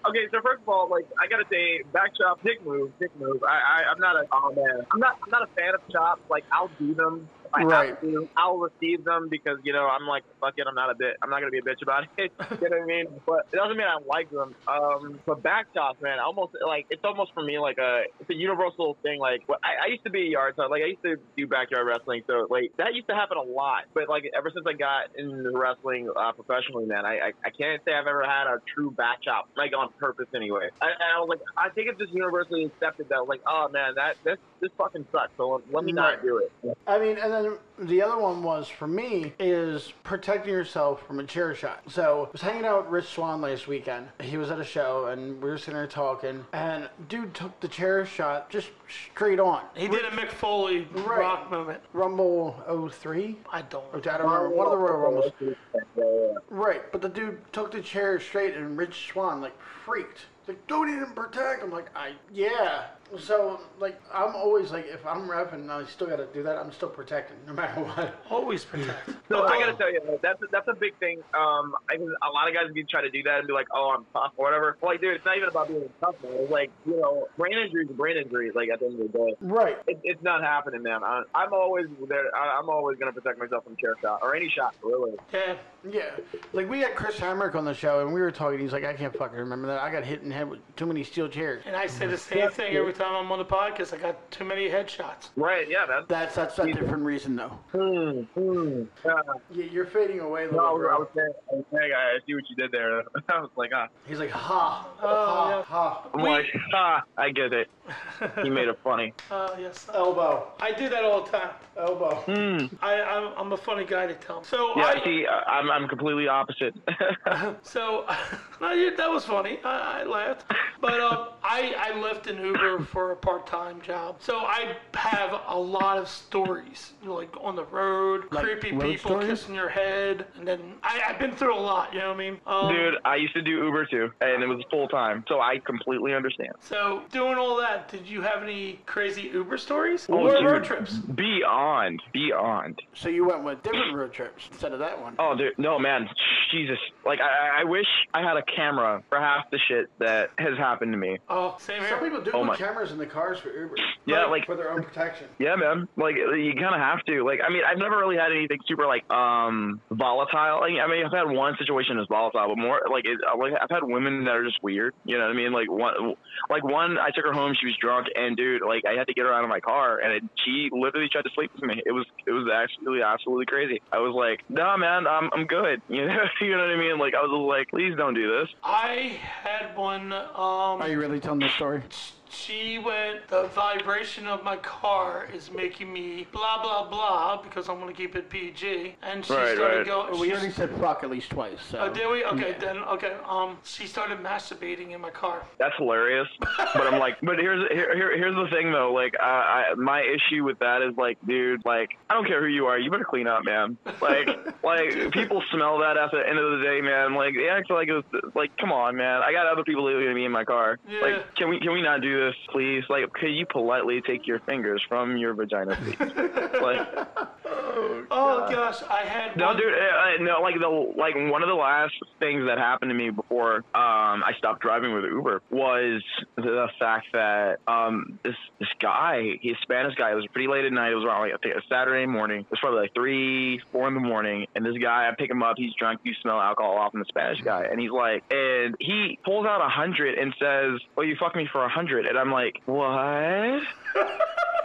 Speaker 5: okay, so first of all, like I gotta say, back chop, dick move, dick move. I, I I'm not a oh man, I'm not I'm not a fan of chops. Like I'll do them. If I
Speaker 4: Right.
Speaker 5: have to, I'll receive them because you know I'm like fuck it. I'm not a bit. I'm not gonna be a bitch about it. you know what I mean? But it doesn't mean I like them. Um, but back chops, man, I almost like it's almost for me like a it's a universal thing. Like what- I, I used to be a yard side. Like I used to do backyard wrestling, so like that used to happen a lot. But like ever since I got into wrestling uh, professionally, man, I, I I can't say I've ever had a true back chop like on purpose anyway. I, and I was like, I think it's just universally accepted that like, oh man, that this this fucking sucks. So let me
Speaker 4: Right.
Speaker 5: not do it.
Speaker 4: I mean, and then the other one was for me is protecting yourself from a chair shot. So I was hanging out with Rich Swan last weekend. He was at a show and we were sitting there talking, and dude took the chair shot just straight on.
Speaker 3: he did a Mick Foley
Speaker 4: Right.
Speaker 3: rock moment.
Speaker 4: Rumble 03.
Speaker 3: I don't.
Speaker 4: I don't remember one of the Royal Rumbles.
Speaker 5: Yeah.
Speaker 4: Right, but the dude took the chair straight, and Rich Swan like freaked. Like, don't even protect. I'm like, I yeah. So like, I'm always like, if I'm repping, I still gotta do that. I'm still protecting, no matter what.
Speaker 3: Always protect. Um,
Speaker 5: So um, I gotta tell you, like, that's that's a big thing. Um, I mean, a lot of guys can try to do that and be like, "Oh, I'm tough" or whatever. Like, dude, it's not even about being tough. Man. It's like, you know, brain injuries, are brain injuries. Like at the end of the day,
Speaker 4: Right.
Speaker 5: it, it's not happening, man. I, I'm always there. I, I'm always gonna protect myself from chair shot or any shot, really.
Speaker 3: yeah.
Speaker 4: Yeah. Like we had Chris Hamrick on the show, and we were talking. He's like, I can't fucking remember that. I got hit in the head with too many steel chairs.
Speaker 3: And I say
Speaker 5: Mm-hmm.
Speaker 3: the same thing every time I'm on the podcast. I got too many headshots.
Speaker 5: Right? Yeah, that's.
Speaker 4: That's that's a different reason though.
Speaker 5: Hmm, hmm. Yeah.
Speaker 4: Yeah, you're fading away,
Speaker 5: No, I
Speaker 4: little
Speaker 5: was, I was
Speaker 4: girl.
Speaker 5: saying, I was saying, I see what you did there. I was like, ah,
Speaker 4: He's like, ha,
Speaker 3: yeah.
Speaker 4: ha, ha,
Speaker 5: I'm like, ah, I get it. You made it funny.
Speaker 3: Uh, yes.
Speaker 4: elbow,
Speaker 3: I do that all the time.
Speaker 4: elbow.
Speaker 5: Hmm.
Speaker 3: I, I'm, I'm a funny guy to tell. So
Speaker 5: Yeah,
Speaker 3: I,
Speaker 5: see, I- I'm I'm completely opposite.
Speaker 3: So no, you- that was funny. I, I laughed. But um, I, I left an Uber for a part time job. So I have a lot of stories, you know, like on the road,
Speaker 4: Like
Speaker 3: creepy
Speaker 4: road
Speaker 3: people
Speaker 4: stories?
Speaker 3: kissing your head. And then I, I've been through a lot, you know what I mean? Um,
Speaker 5: Dude, I used to do Uber too, and it was full time, so I completely understand.
Speaker 3: So doing all that, did you have any crazy Uber stories
Speaker 5: Oh,
Speaker 3: or road
Speaker 5: dude.
Speaker 3: trips?
Speaker 5: Beyond, beyond.
Speaker 4: So you went with different road trips instead of that one.
Speaker 5: Oh, dude, no, man, Jesus. Like, I, I- I wish I had a camera for half the shit that has happened to me.
Speaker 3: Oh, same
Speaker 4: Some
Speaker 3: here.
Speaker 4: people do
Speaker 5: Oh
Speaker 4: put
Speaker 5: my-
Speaker 4: cameras in the cars for Uber.
Speaker 5: Yeah, like-
Speaker 4: for their own protection.
Speaker 5: Yeah, man. Like, you kind of have to. Like, I mean, I've never really had anything super like um volatile. Like, I mean, I've had one situation that's volatile, but more like, it, like I've had women that are just weird. You know what I mean? Like one, like one, I took her home. She was drunk, and dude, like I had to get her out of my car, and it, she literally tried to sleep with me. It was it was actually absolutely crazy. I was like, nah, man, I'm I'm good. You know, you know what I mean? Like I was like, please don't do this.
Speaker 3: I had one.
Speaker 4: Are
Speaker 3: Um,
Speaker 4: you really telling this story?
Speaker 3: she went. The vibration of my car is making me blah blah blah because I'm gonna keep it PG. And she
Speaker 5: Right,
Speaker 3: started
Speaker 5: right.
Speaker 3: going.
Speaker 4: We already said fuck at least twice. So.
Speaker 3: Oh, did we? Okay, then. Okay. Um, she started masturbating in my car.
Speaker 5: That's hilarious. But I'm like, but here's here, here here's the thing though. Like, uh, I my issue with that is like, dude, like I don't care who you are, you better clean up, man. Like, like people smell that at the end of the day, man. Like they act like it was like, come on, man. I got other people leaving me in my car.
Speaker 3: Yeah.
Speaker 5: Like, can we can we not do just please, like, could you politely take your fingers from your vagina, please? like,
Speaker 3: Oh gosh, I had
Speaker 5: no,
Speaker 3: one-
Speaker 5: dude, uh, uh, no, like the like one of the last things that happened to me before um, I stopped driving with Uber was the fact that um, this this guy, he- Spanish guy, it was pretty late at night. It was around like I think it was Saturday morning. It was probably like three, four in the morning, and this guy, I pick him up. He's drunk. You smell alcohol off him, the Spanish guy, and he's like, and he pulls out a hundred and says, "Oh, you fucked me for a hundred," and I'm like, what?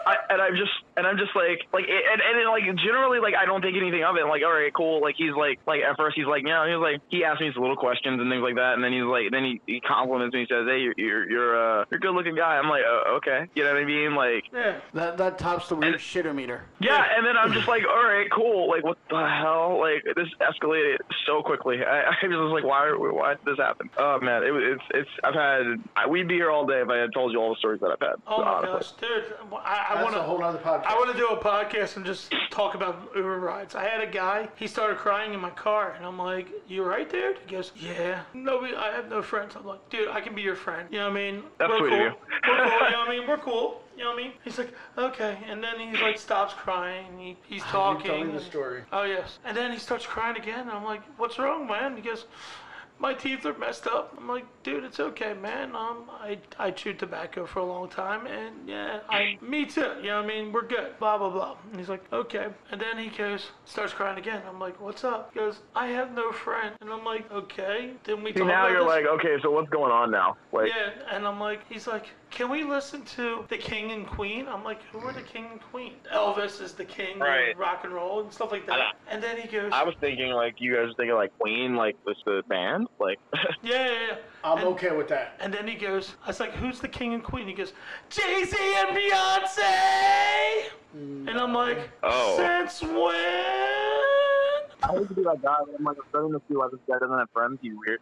Speaker 5: I, and I'm just and I'm just like like it- and and it, like generally like I don't think anything of it. like all right, cool. Like he's like like at first he's like yeah. He was like he asked me some little questions and things like that, and then he's like then he, he compliments me. He says hey, you're you're you're, uh, you're a good looking guy. I'm like uh, okay, you know what I mean? Like
Speaker 3: Yeah.
Speaker 4: That that tops the weird
Speaker 5: And-
Speaker 4: shitter meter.
Speaker 5: yeah, and then I'm just like all right, cool. Like what the hell? Like this escalated so quickly. I, I was like why why did this happen? Oh man, it, was- it's it's I've had I, we'd be here all day if I had told you all the stories that I've had.
Speaker 3: Oh my
Speaker 5: honestly.
Speaker 3: gosh, dude! I, I
Speaker 4: That's
Speaker 3: want
Speaker 4: a whole other podcast.
Speaker 3: I want to do a podcast and just talk about Uber rides. I had a guy. He started crying in my car, and I'm like, "You right there?" He goes, "Yeah." No, we, I have no friends. I'm like, "Dude, I can be your friend." You know what I mean?
Speaker 5: That's
Speaker 3: We're
Speaker 5: sweet
Speaker 3: cool.
Speaker 5: of you.
Speaker 3: We're cool. You know what I mean? We're cool. You know what I mean? He's like, "Okay," and then he like stops crying. and He, he's
Speaker 4: You're
Speaker 3: talking.
Speaker 4: telling the story.
Speaker 3: Oh yes. And then he starts crying again. And I'm like, "What's wrong, man?" He goes, "My teeth are messed up." I'm like, "Dude, it's okay, man. Um, I I chewed tobacco for a long time, and yeah, I me too. You know what I mean? We're good. Blah blah blah." And he's like, "Okay." And then he goes, starts crying again. I'm like, "What's up?" He goes, "I have no friend." And I'm like, "Okay." Then we
Speaker 5: See,
Speaker 3: talk
Speaker 5: now
Speaker 3: about
Speaker 5: you're
Speaker 3: this?
Speaker 5: like okay, so what's going on now? Like
Speaker 3: Yeah, and I'm like, he's like, can we listen to the King and Queen? I'm like, who are the King and Queen? Elvis is the King,
Speaker 5: Right.
Speaker 3: and rock and roll and stuff like that.
Speaker 5: I-
Speaker 3: and then he goes,
Speaker 5: I was thinking like you guys were thinking like Queen, like this the band, like
Speaker 3: yeah, yeah, yeah.
Speaker 4: I'm
Speaker 3: and,
Speaker 4: okay with that.
Speaker 3: And then he goes, I was like, who's the King and Queen? He goes, Jay Z and Beyonce. And I'm like,
Speaker 5: Oh.
Speaker 3: since when?
Speaker 5: I hate to be like that. but I'm like I'm starting to feel like this guy doesn't have friends. You weird.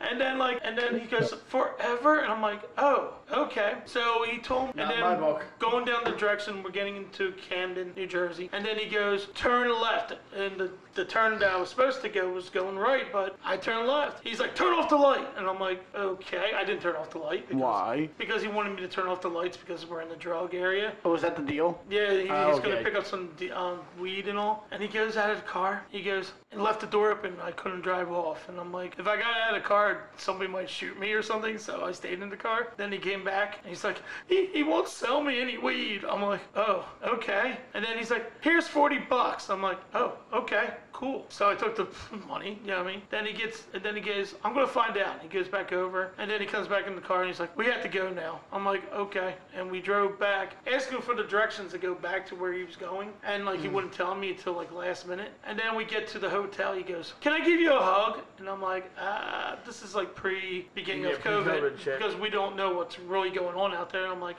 Speaker 3: And then like, and then he goes forever, and I'm like, oh, okay. So he told me, and
Speaker 4: Not
Speaker 3: then
Speaker 4: my book.
Speaker 3: going down the direction we're getting into Camden, New Jersey, and then he goes turn left, and the the turn that I was supposed to go was going right, but I turned left. He's like, turn off the light, and I'm like, okay. I didn't turn off the light. Because,
Speaker 4: Why?
Speaker 3: Because he wanted me to turn off the lights because we're in the drug area.
Speaker 4: Oh, is that the deal?
Speaker 3: Yeah, he,
Speaker 4: Ah,
Speaker 3: he's
Speaker 4: okay.
Speaker 3: gonna pick up some d- um, weed and all. And he goes out of the car. He goes and left the door open. I couldn't drive off. And I'm like, if I got out of the car, somebody might shoot me or something. So I stayed in the car. Then he came back and he's like, he, he won't sell me any weed. I'm like, oh, okay. And then he's like, here's 40 bucks. I'm like, oh, okay, cool. So I took the money. You know what I mean? Then he gets, and then he goes, I'm gonna find out. He goes back over, and then he comes back in the car and he's like, we have to go now. I'm like, okay. And we drove back, asking for the directions to go back to where he was going, and like he wouldn't tell me until like last minute. And then we get to the hotel. He goes, can I give you a hug? And I'm like, ah, this is like pre beginning
Speaker 4: Yeah,
Speaker 3: of COVID
Speaker 4: pre-COVID shit.
Speaker 3: because we don't know what's really going on out there. And I'm like,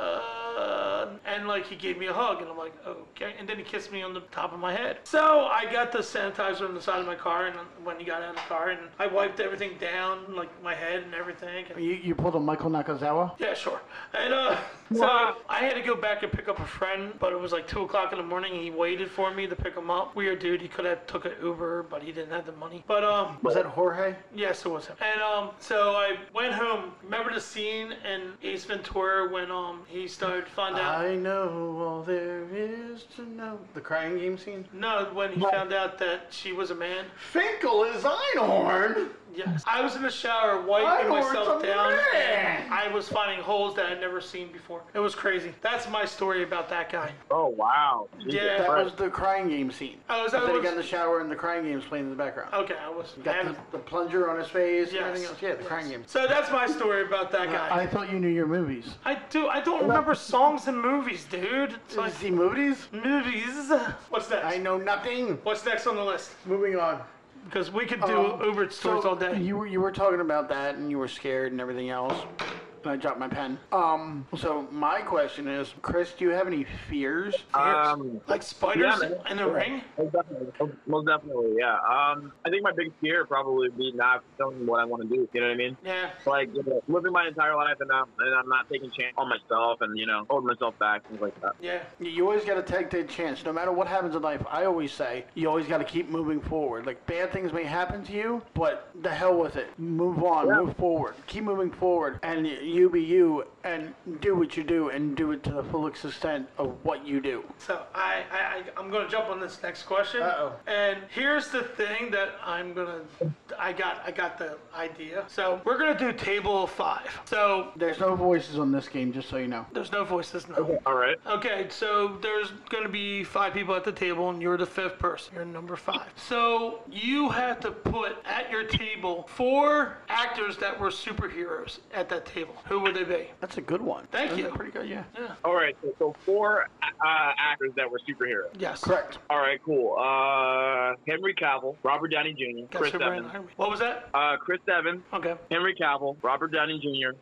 Speaker 3: uh, and like he gave me a hug, and I'm like, okay. And then he kissed me on the top of my head. So I got the sanitizer on the side of my car, and when he got out of the car, and I wiped everything down, like my head and everything. And-
Speaker 4: You, you pulled a Michael Nakazawa?
Speaker 3: yeah, sure. And uh, so I had to go back and pick up a friend, but it was like two o'clock in the morning. He waited for me to pick him up. Weird dude. He could have took an Uber, but he didn't have the money. But um,
Speaker 4: Was that Jorge?
Speaker 3: Yes, it was him. And um, so I went home. Remember the scene in Ace Ventura when um he started to find out?
Speaker 4: I know all there is to know. The crying game scene?
Speaker 3: No, when he found out that she was a man.
Speaker 4: Finkel is Einhorn!
Speaker 3: Yes. I was in the shower
Speaker 4: I
Speaker 3: wiping
Speaker 4: know it's
Speaker 3: myself
Speaker 4: a
Speaker 3: down.
Speaker 4: man.
Speaker 3: And I was finding holes that I'd never seen before. It was crazy. That's my story about that guy.
Speaker 5: Oh wow. Jesus
Speaker 3: Yeah.
Speaker 4: That
Speaker 5: Christ.
Speaker 4: was the crying game scene.
Speaker 3: Oh, is that
Speaker 4: I said he
Speaker 3: what-
Speaker 4: got in the shower and the crying game's playing in the background.
Speaker 3: Okay, I was.
Speaker 4: He
Speaker 3: I
Speaker 4: got the,
Speaker 3: haven't-
Speaker 4: the plunger on his face
Speaker 3: Yes,
Speaker 4: and everything else. Yeah, the crying game.
Speaker 3: So that's my story about that guy.
Speaker 4: I thought you knew your movies.
Speaker 3: I, do. I don't remember songs and movies, dude. It's like
Speaker 4: See movies?
Speaker 3: movies. What's next?
Speaker 4: I know nothing.
Speaker 3: What's next on the list?
Speaker 4: Moving on.
Speaker 3: Because we could do
Speaker 4: Um,
Speaker 3: Uber stories
Speaker 4: so
Speaker 3: all day.
Speaker 4: You were you were talking about that, and you were scared and everything else. And I dropped my pen. Um. So my question is, Chris, do you have any fears?
Speaker 6: Uh,
Speaker 5: Um,
Speaker 3: Like spiders
Speaker 5: Yeah, man.
Speaker 3: in a ring?
Speaker 5: most definitely, most definitely, yeah. Um, I think my biggest fear probably would be not knowing what I want to do. You know what I mean?
Speaker 3: Yeah.
Speaker 5: like you know, living my entire life and I'm, and I'm not taking chance on myself and you know holding myself back things like that
Speaker 3: Yeah.
Speaker 4: You always got to take that chance, no matter what happens in life. I always say you always got to keep moving forward. Like bad things may happen to you, but the hell with it. Move on, move forward, keep moving forward, and you, you be you and do what you do and do it to the full extent of what you do.
Speaker 3: So I, I, I I'm gonna jump on this next question.
Speaker 4: Uh-oh.
Speaker 3: And here's the thing that I'm gonna, I got, I got the idea. So we're gonna do table of five. So
Speaker 4: There's no voices on this game, just so you know.
Speaker 3: there's no voices now.
Speaker 6: All right.
Speaker 3: Okay, so there's going to be five people at the table, and you're the fifth person. You're number five. So you have to put at your table four actors that were superheroes at that table. Who would they be?
Speaker 4: That's a good one.
Speaker 3: Thank
Speaker 4: That's
Speaker 3: you.
Speaker 4: Pretty good, yeah. Oh,
Speaker 6: All right. So, so four uh, actors that were superheroes.
Speaker 3: Yes.
Speaker 4: Correct.
Speaker 6: All right. Cool. Uh, Henry Cavill, Robert Downey Jr.,
Speaker 3: Got
Speaker 6: Chris
Speaker 3: Superman,
Speaker 6: Evans.
Speaker 3: Iron Man. What was that?
Speaker 6: Uh, Chris Evans,
Speaker 3: Okay.
Speaker 6: Henry Cavill, Robert Downey Jr.,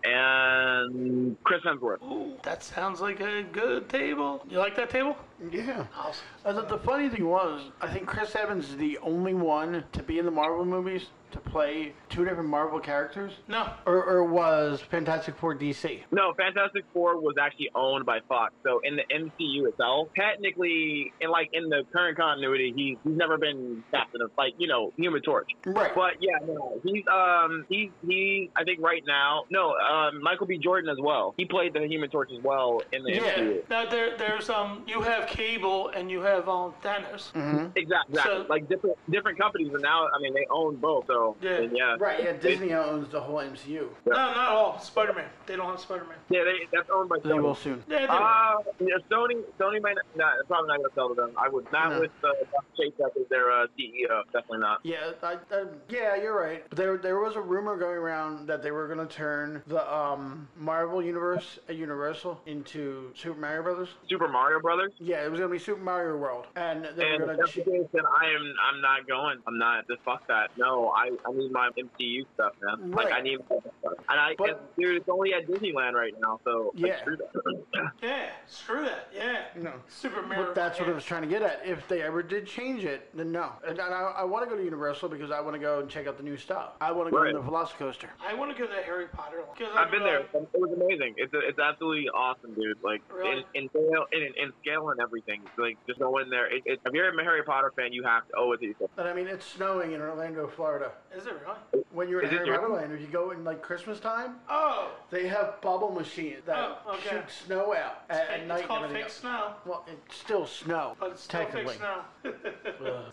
Speaker 6: and Chris Hemsworth.
Speaker 3: Ooh, that sounds like a good table. You like that table?
Speaker 4: Yeah.
Speaker 3: Awesome.
Speaker 4: I thought the funny thing was, I think Chris Evans is the only one to be in the Marvel movies to play two different Marvel characters,
Speaker 3: No.
Speaker 4: or, or was Fantastic Four DC.
Speaker 6: No, Fantastic Four was actually owned by Fox. So in the MCU itself, technically, in like in the current continuity, he's he's never been Captain of like you know Human Torch.
Speaker 4: Right.
Speaker 6: But yeah, no, he's um he's he I think right now no um, Michael B Jordan as well. He played the Human Torch as well in the
Speaker 4: Yeah.
Speaker 6: MCU.
Speaker 3: Now there, there's um, you have Cable and you have um Thanos.
Speaker 4: Mm-hmm.
Speaker 6: Exactly. exactly.
Speaker 3: So-
Speaker 6: like different different companies are now. I mean, they own both. So
Speaker 3: Yeah.
Speaker 6: yeah.
Speaker 4: Right. Yeah. Disney owns the whole MCU.
Speaker 3: No, not all. Spider-Man. They don't have Spider-Man.
Speaker 6: Yeah, they, that's owned by
Speaker 4: They will
Speaker 6: Sony.
Speaker 4: soon.
Speaker 3: Yeah, they do.
Speaker 6: Uh, yeah, Sony, Sony might not, nah, probably not going to sell to them. I would not
Speaker 4: No.
Speaker 6: with uh, Bob Chapek as their uh, CEO. Definitely not.
Speaker 4: Yeah, I, I, yeah, you're right. But there, there was a rumor going around that they were gonna turn the um, Marvel universe at Universal into Super Mario Brothers.
Speaker 6: Super Mario Brothers.
Speaker 4: Yeah, it was gonna be Super Mario World, and they were
Speaker 6: And if
Speaker 4: gonna.
Speaker 6: that's
Speaker 4: ch-
Speaker 6: the case, then I am I'm not going. I'm not. Just fuck that. No, I, I need my MCU stuff, man. Like I
Speaker 4: Right.
Speaker 6: need my stuff. And I
Speaker 4: But-
Speaker 6: and, dude, it's only at Disneyland right now, so like,
Speaker 4: Yeah.
Speaker 6: screw that.
Speaker 3: yeah, screw that. Yeah.
Speaker 4: No.
Speaker 3: Super Mario.
Speaker 4: But that's what I
Speaker 3: yeah.
Speaker 4: was trying to get at. If they ever did change it, then no. And, and I, I want to go to Universal because I want to go and check out the new stuff. I want to go
Speaker 6: Right.
Speaker 4: on the Velocicoaster.
Speaker 3: I want to go to the Harry Potter one. 'Cause
Speaker 6: I've been there.
Speaker 3: like,
Speaker 6: It was amazing. It's it's absolutely awesome, dude. Like
Speaker 3: Really?
Speaker 6: in, in scale in, in scale and everything. Like just go in there. It, it, if you're a Harry Potter fan, you have to owe it to yourself.
Speaker 4: But I mean, it's snowing in Orlando, Florida.
Speaker 3: Is it really?
Speaker 4: When you're in
Speaker 6: Is it
Speaker 4: Harry
Speaker 6: your-
Speaker 4: Potter Land, if you go in like Christmas time,
Speaker 3: Oh,
Speaker 4: they have bubble machines that
Speaker 3: Oh, okay.
Speaker 4: shoot snow out at, at
Speaker 3: it's
Speaker 4: night. and
Speaker 3: called
Speaker 4: everything
Speaker 3: fake
Speaker 4: else.
Speaker 3: snow,
Speaker 4: Well, it's still snow.
Speaker 3: but it's still fake
Speaker 4: technically.
Speaker 3: snow.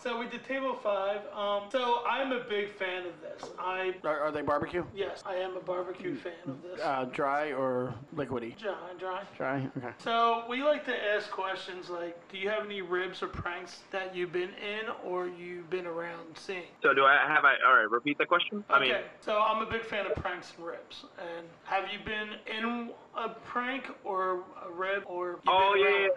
Speaker 3: so we did table five. Um, so I'm a big fan of this. I
Speaker 4: Are, are they barbecue?
Speaker 3: yes, I am a
Speaker 6: Mm.
Speaker 3: barbecue fan of this.
Speaker 4: Uh, dry or liquidy?
Speaker 3: Dry, dry.
Speaker 4: Dry. Okay.
Speaker 3: So we like to ask questions like, do you have any ribs or pranks that you've been in or you've been around seeing?
Speaker 6: So do I have I? All right, repeat the question. I mean,
Speaker 3: okay, so I'm a big fan of pranks and ribs. And have you been in a prank or a rib or? you've
Speaker 6: oh
Speaker 3: been
Speaker 6: yeah,
Speaker 3: around-
Speaker 6: yeah, yeah. I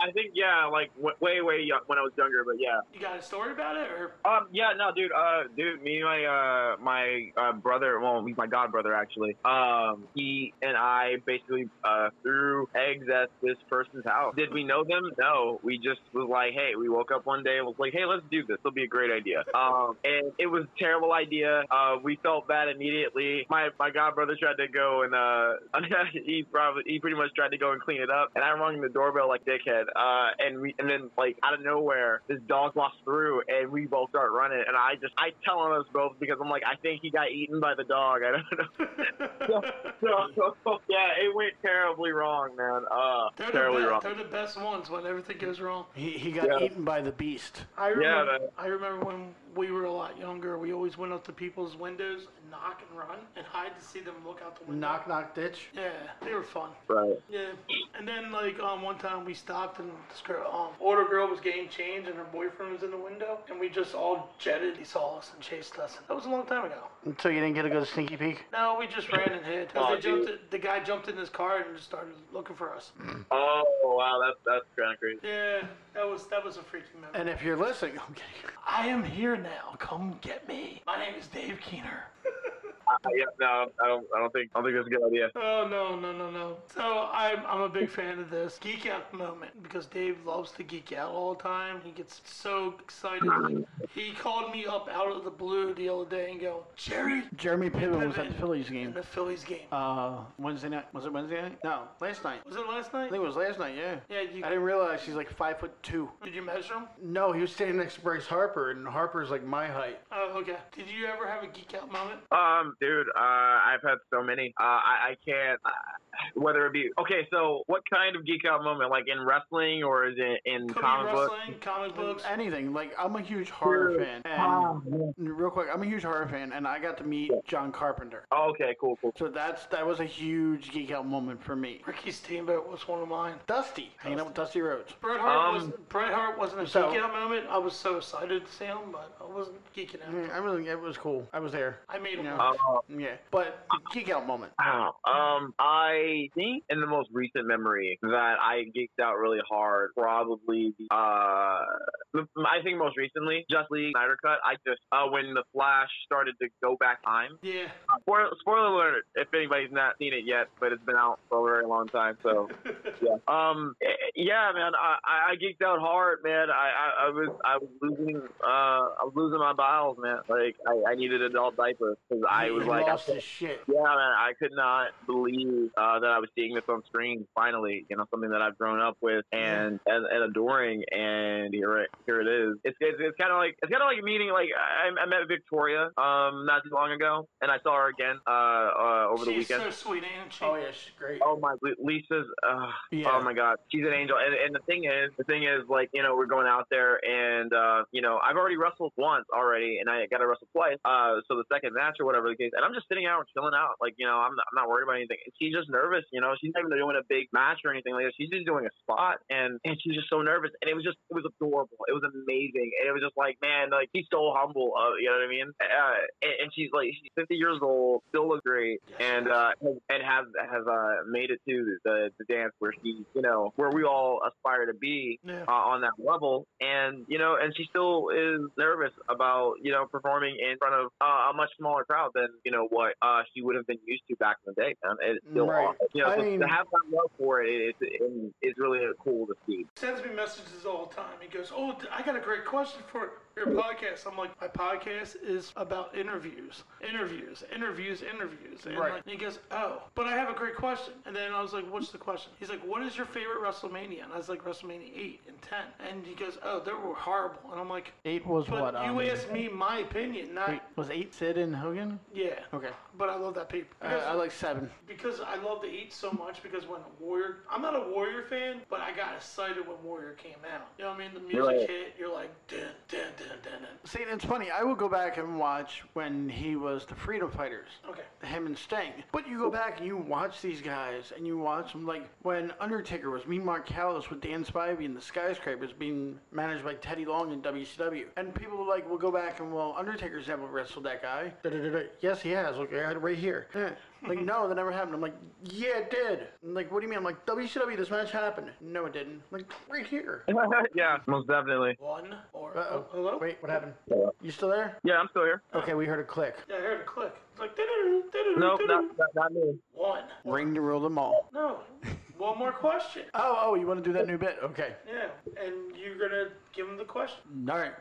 Speaker 6: I think yeah, like w- way way young, when I was younger, but yeah.
Speaker 3: You got a story about it or?
Speaker 6: Um, yeah, no, dude, uh, dude, me and my, uh, my, uh, brother, well, he's my god brother, actually, um, he and I basically, uh, threw eggs at this person's house. Did we know them? No. We just was like, hey, we woke up one day and was like, hey, let's do this. It'll be a great idea. Um, and it was a terrible idea. Uh, we felt bad immediately. My, my god brother tried to go and, uh, he probably, he pretty much tried to go and clean it up. And I rung the doorbell like dickhead. Uh, and we, and then, like, out of nowhere, this dog walks through and we both start running. And I just, I tell on us both because I'm like, I think he got eaten by the dog. I don't know. so, so, yeah, it went terribly wrong, man. Uh,
Speaker 3: They're the,
Speaker 6: terribly
Speaker 3: best,
Speaker 6: wrong.
Speaker 3: they're the best ones when everything goes wrong.
Speaker 4: He, he got
Speaker 6: Yeah.
Speaker 4: eaten by the beast.
Speaker 3: I remember,
Speaker 6: man.
Speaker 3: I remember when we were a lot younger, we always went up to people's windows, knock and run, and hide to see them look out the window.
Speaker 4: Knock, knock, ditch.
Speaker 3: Yeah, they were fun.
Speaker 6: Right.
Speaker 3: Yeah, and then like um, one time we stopped and this girl, um, older girl was getting change and her boyfriend was in the window, and we just all jetted. He saw us and chased us. That was a long time ago.
Speaker 4: So you didn't get a good sneaky peek?
Speaker 3: No, we just ran and hid. 'Cause
Speaker 6: Aw,
Speaker 3: they jumped,
Speaker 6: dude.
Speaker 3: the guy jumped in his car and just started looking for us.
Speaker 6: Oh, wow, that's, that's kind of crazy.
Speaker 3: Yeah, that was that was a freaking memory.
Speaker 4: And if you're listening, I'm kidding.
Speaker 3: I am here now. Come get me. My name is Dave Keener.
Speaker 6: I, I- yeah, no, I don't, I don't think, I don't think that's a good idea.
Speaker 3: Oh no no no no! So I'm I'm a big fan of this geek out moment because Dave loves to geek out all the time. He gets so excited. He called me up out of the blue the other day and go, Jerry,
Speaker 4: Jeremy Piven was at the Phillies
Speaker 3: in
Speaker 4: game.
Speaker 3: the Phillies game.
Speaker 4: Uh, Wednesday night. Was it Wednesday night? No, last night.
Speaker 3: Was it last
Speaker 4: I
Speaker 3: night?
Speaker 4: think it was last night. Yeah.
Speaker 3: Yeah, you
Speaker 4: I didn't realize she's like five foot two.
Speaker 3: did you measure him?
Speaker 4: No, he was standing next to Bryce Harper, and Harper's like my height.
Speaker 3: Oh okay. Did you ever have a geek out moment?
Speaker 6: Um, dude, uh, I've had so many. Uh, I, I can't. Uh, whether it be okay, so what kind of geek out moment? Like in wrestling, or is it in
Speaker 3: Could be
Speaker 6: comic books?
Speaker 3: wrestling, comic books.
Speaker 4: Anything like I'm a huge horror fan, and real quick, I'm a huge horror fan, and I got to meet John Carpenter.
Speaker 6: Oh, okay, cool, cool.
Speaker 4: So that's that was a huge geek out moment for me.
Speaker 3: Ricky's Steamboat was one of mine.
Speaker 4: Dusty, hanging out with Dusty Rhodes.
Speaker 3: Bret Hart,
Speaker 6: Um,
Speaker 3: was, Bret Hart wasn't a
Speaker 4: so-
Speaker 3: geek out moment. I was so excited to see him, but I wasn't geeking out.
Speaker 4: Mm, I was, it was cool. I was there.
Speaker 3: I made him
Speaker 4: Yeah.
Speaker 3: laugh.
Speaker 6: Uh,
Speaker 4: Yeah, but geek out moment.
Speaker 6: Wow. Um, I think in the most recent memory that I geeked out really hard, probably uh, I think most recently, Just League Snyder Cut. I just uh, when the Flash started to go back in time.
Speaker 3: Yeah.
Speaker 6: Spoiler, spoiler alert! If anybody's not seen it yet, but it's been out for a very long time, so yeah. Um, eh, yeah, man, I, I I geeked out hard, man. I, I, I was I was losing uh I was losing my bowels, man. Like I, I needed adult diapers because I was
Speaker 4: He
Speaker 6: like I
Speaker 4: lost his shit.
Speaker 6: yeah, man, I could not believe uh, that I was seeing this on screen. Finally, you know, something that I've grown up with and and, and adoring, and here it here it is. It's it's, it's kind of like it's kind of like meeting. Like I, I met Victoria um not too long ago, and I saw her again uh, uh over the
Speaker 3: She's
Speaker 6: weekend.
Speaker 3: so sweet, ain't she? Um,
Speaker 4: Oh yeah, she's great.
Speaker 6: Oh my, Li- Lisa's. Uh,
Speaker 4: Yeah. Um,
Speaker 6: Oh my God, she's an angel. And, and the thing is, the thing is, like you know, we're going out there, and uh, you know, I've already wrestled once already, and I got to wrestle twice. Uh, so the second match or whatever the case, and I'm just sitting out and chilling out, like you know, I'm not, I'm not worried about anything. And she's just nervous, you know, she's not even doing a big match or anything like that. She's just doing a spot, and and she's just so nervous, and it was just, it was adorable, it was amazing, and it was just like, man, like he's so humble, uh, you know what I mean? Uh, and, and she's like, she's 50 years old, still looks great, and uh, and have have uh, made it to the, the dance where she, you know, where we all aspire to be
Speaker 3: Yeah.
Speaker 6: uh, on that level, and you know, and she still is nervous about you know performing in front of uh, a much smaller crowd than you know what uh, she would have been used to back in the day. Man, it's still
Speaker 4: Right.
Speaker 6: awesome. You know,
Speaker 4: I
Speaker 6: to,
Speaker 4: mean-
Speaker 6: to have that love for it, it, it is really cool to see.
Speaker 3: sends me messages all the time. He goes, "Oh, th- I got a great question for your podcast." I'm like, "My podcast is about interviews, interviews, interviews, interviews." And,
Speaker 4: Right.
Speaker 3: like, he goes, "Oh, but I have a great question." And then I was like, "What's the question?" He's like, "What is your favorite WrestleMania?" And I was like, "WrestleMania 8 and 10." And he goes, "Oh, they were horrible." And I'm like,
Speaker 4: Eight was
Speaker 3: "But
Speaker 4: what?
Speaker 3: you
Speaker 4: um,
Speaker 3: asked me my opinion, not
Speaker 4: wait, was eight Sid and Hogan?
Speaker 3: yeah."
Speaker 4: Okay.
Speaker 3: But I love that paper.
Speaker 4: I, I like seven.
Speaker 3: Because I love the eight so much. Because when Warrior, I'm not a Warrior fan, but I got excited when Warrior came out. You know what I mean? The music
Speaker 6: Right.
Speaker 3: hit. You're like, dun dun dun dun. dun.
Speaker 4: See, it's funny. I will go back and watch when he was the Freedom Fighters.
Speaker 3: Okay.
Speaker 4: him and Sting. But you go back and you watch these guys and you watch them like when Undertaker was me Mark Callis with Dan Spivey and the skyscrapers being managed by Teddy Long in WCW. And people like will go back and well Undertaker's never wrestled that guy. Da-da-da-da. Yes he has. Look I had it right here. Eh. Like no that never happened. I'm like yeah it did. I'm like what do you mean? I'm like WCW this match happened. No it didn't. I'm like right here.
Speaker 6: yeah, most definitely.
Speaker 3: One or
Speaker 4: Uh-oh.
Speaker 3: oh, hello.
Speaker 4: Wait what happened? You still there?
Speaker 6: Yeah, I'm still here.
Speaker 4: Okay we heard a click.
Speaker 3: Yeah, I heard a click. It's like dun dun
Speaker 6: No, not, not, not me.
Speaker 3: one.
Speaker 4: Ring to rule them all.
Speaker 3: No, one more question.
Speaker 4: Oh oh you want to do that new bit? Okay.
Speaker 3: Yeah, and you're gonna give him the question.
Speaker 4: All right.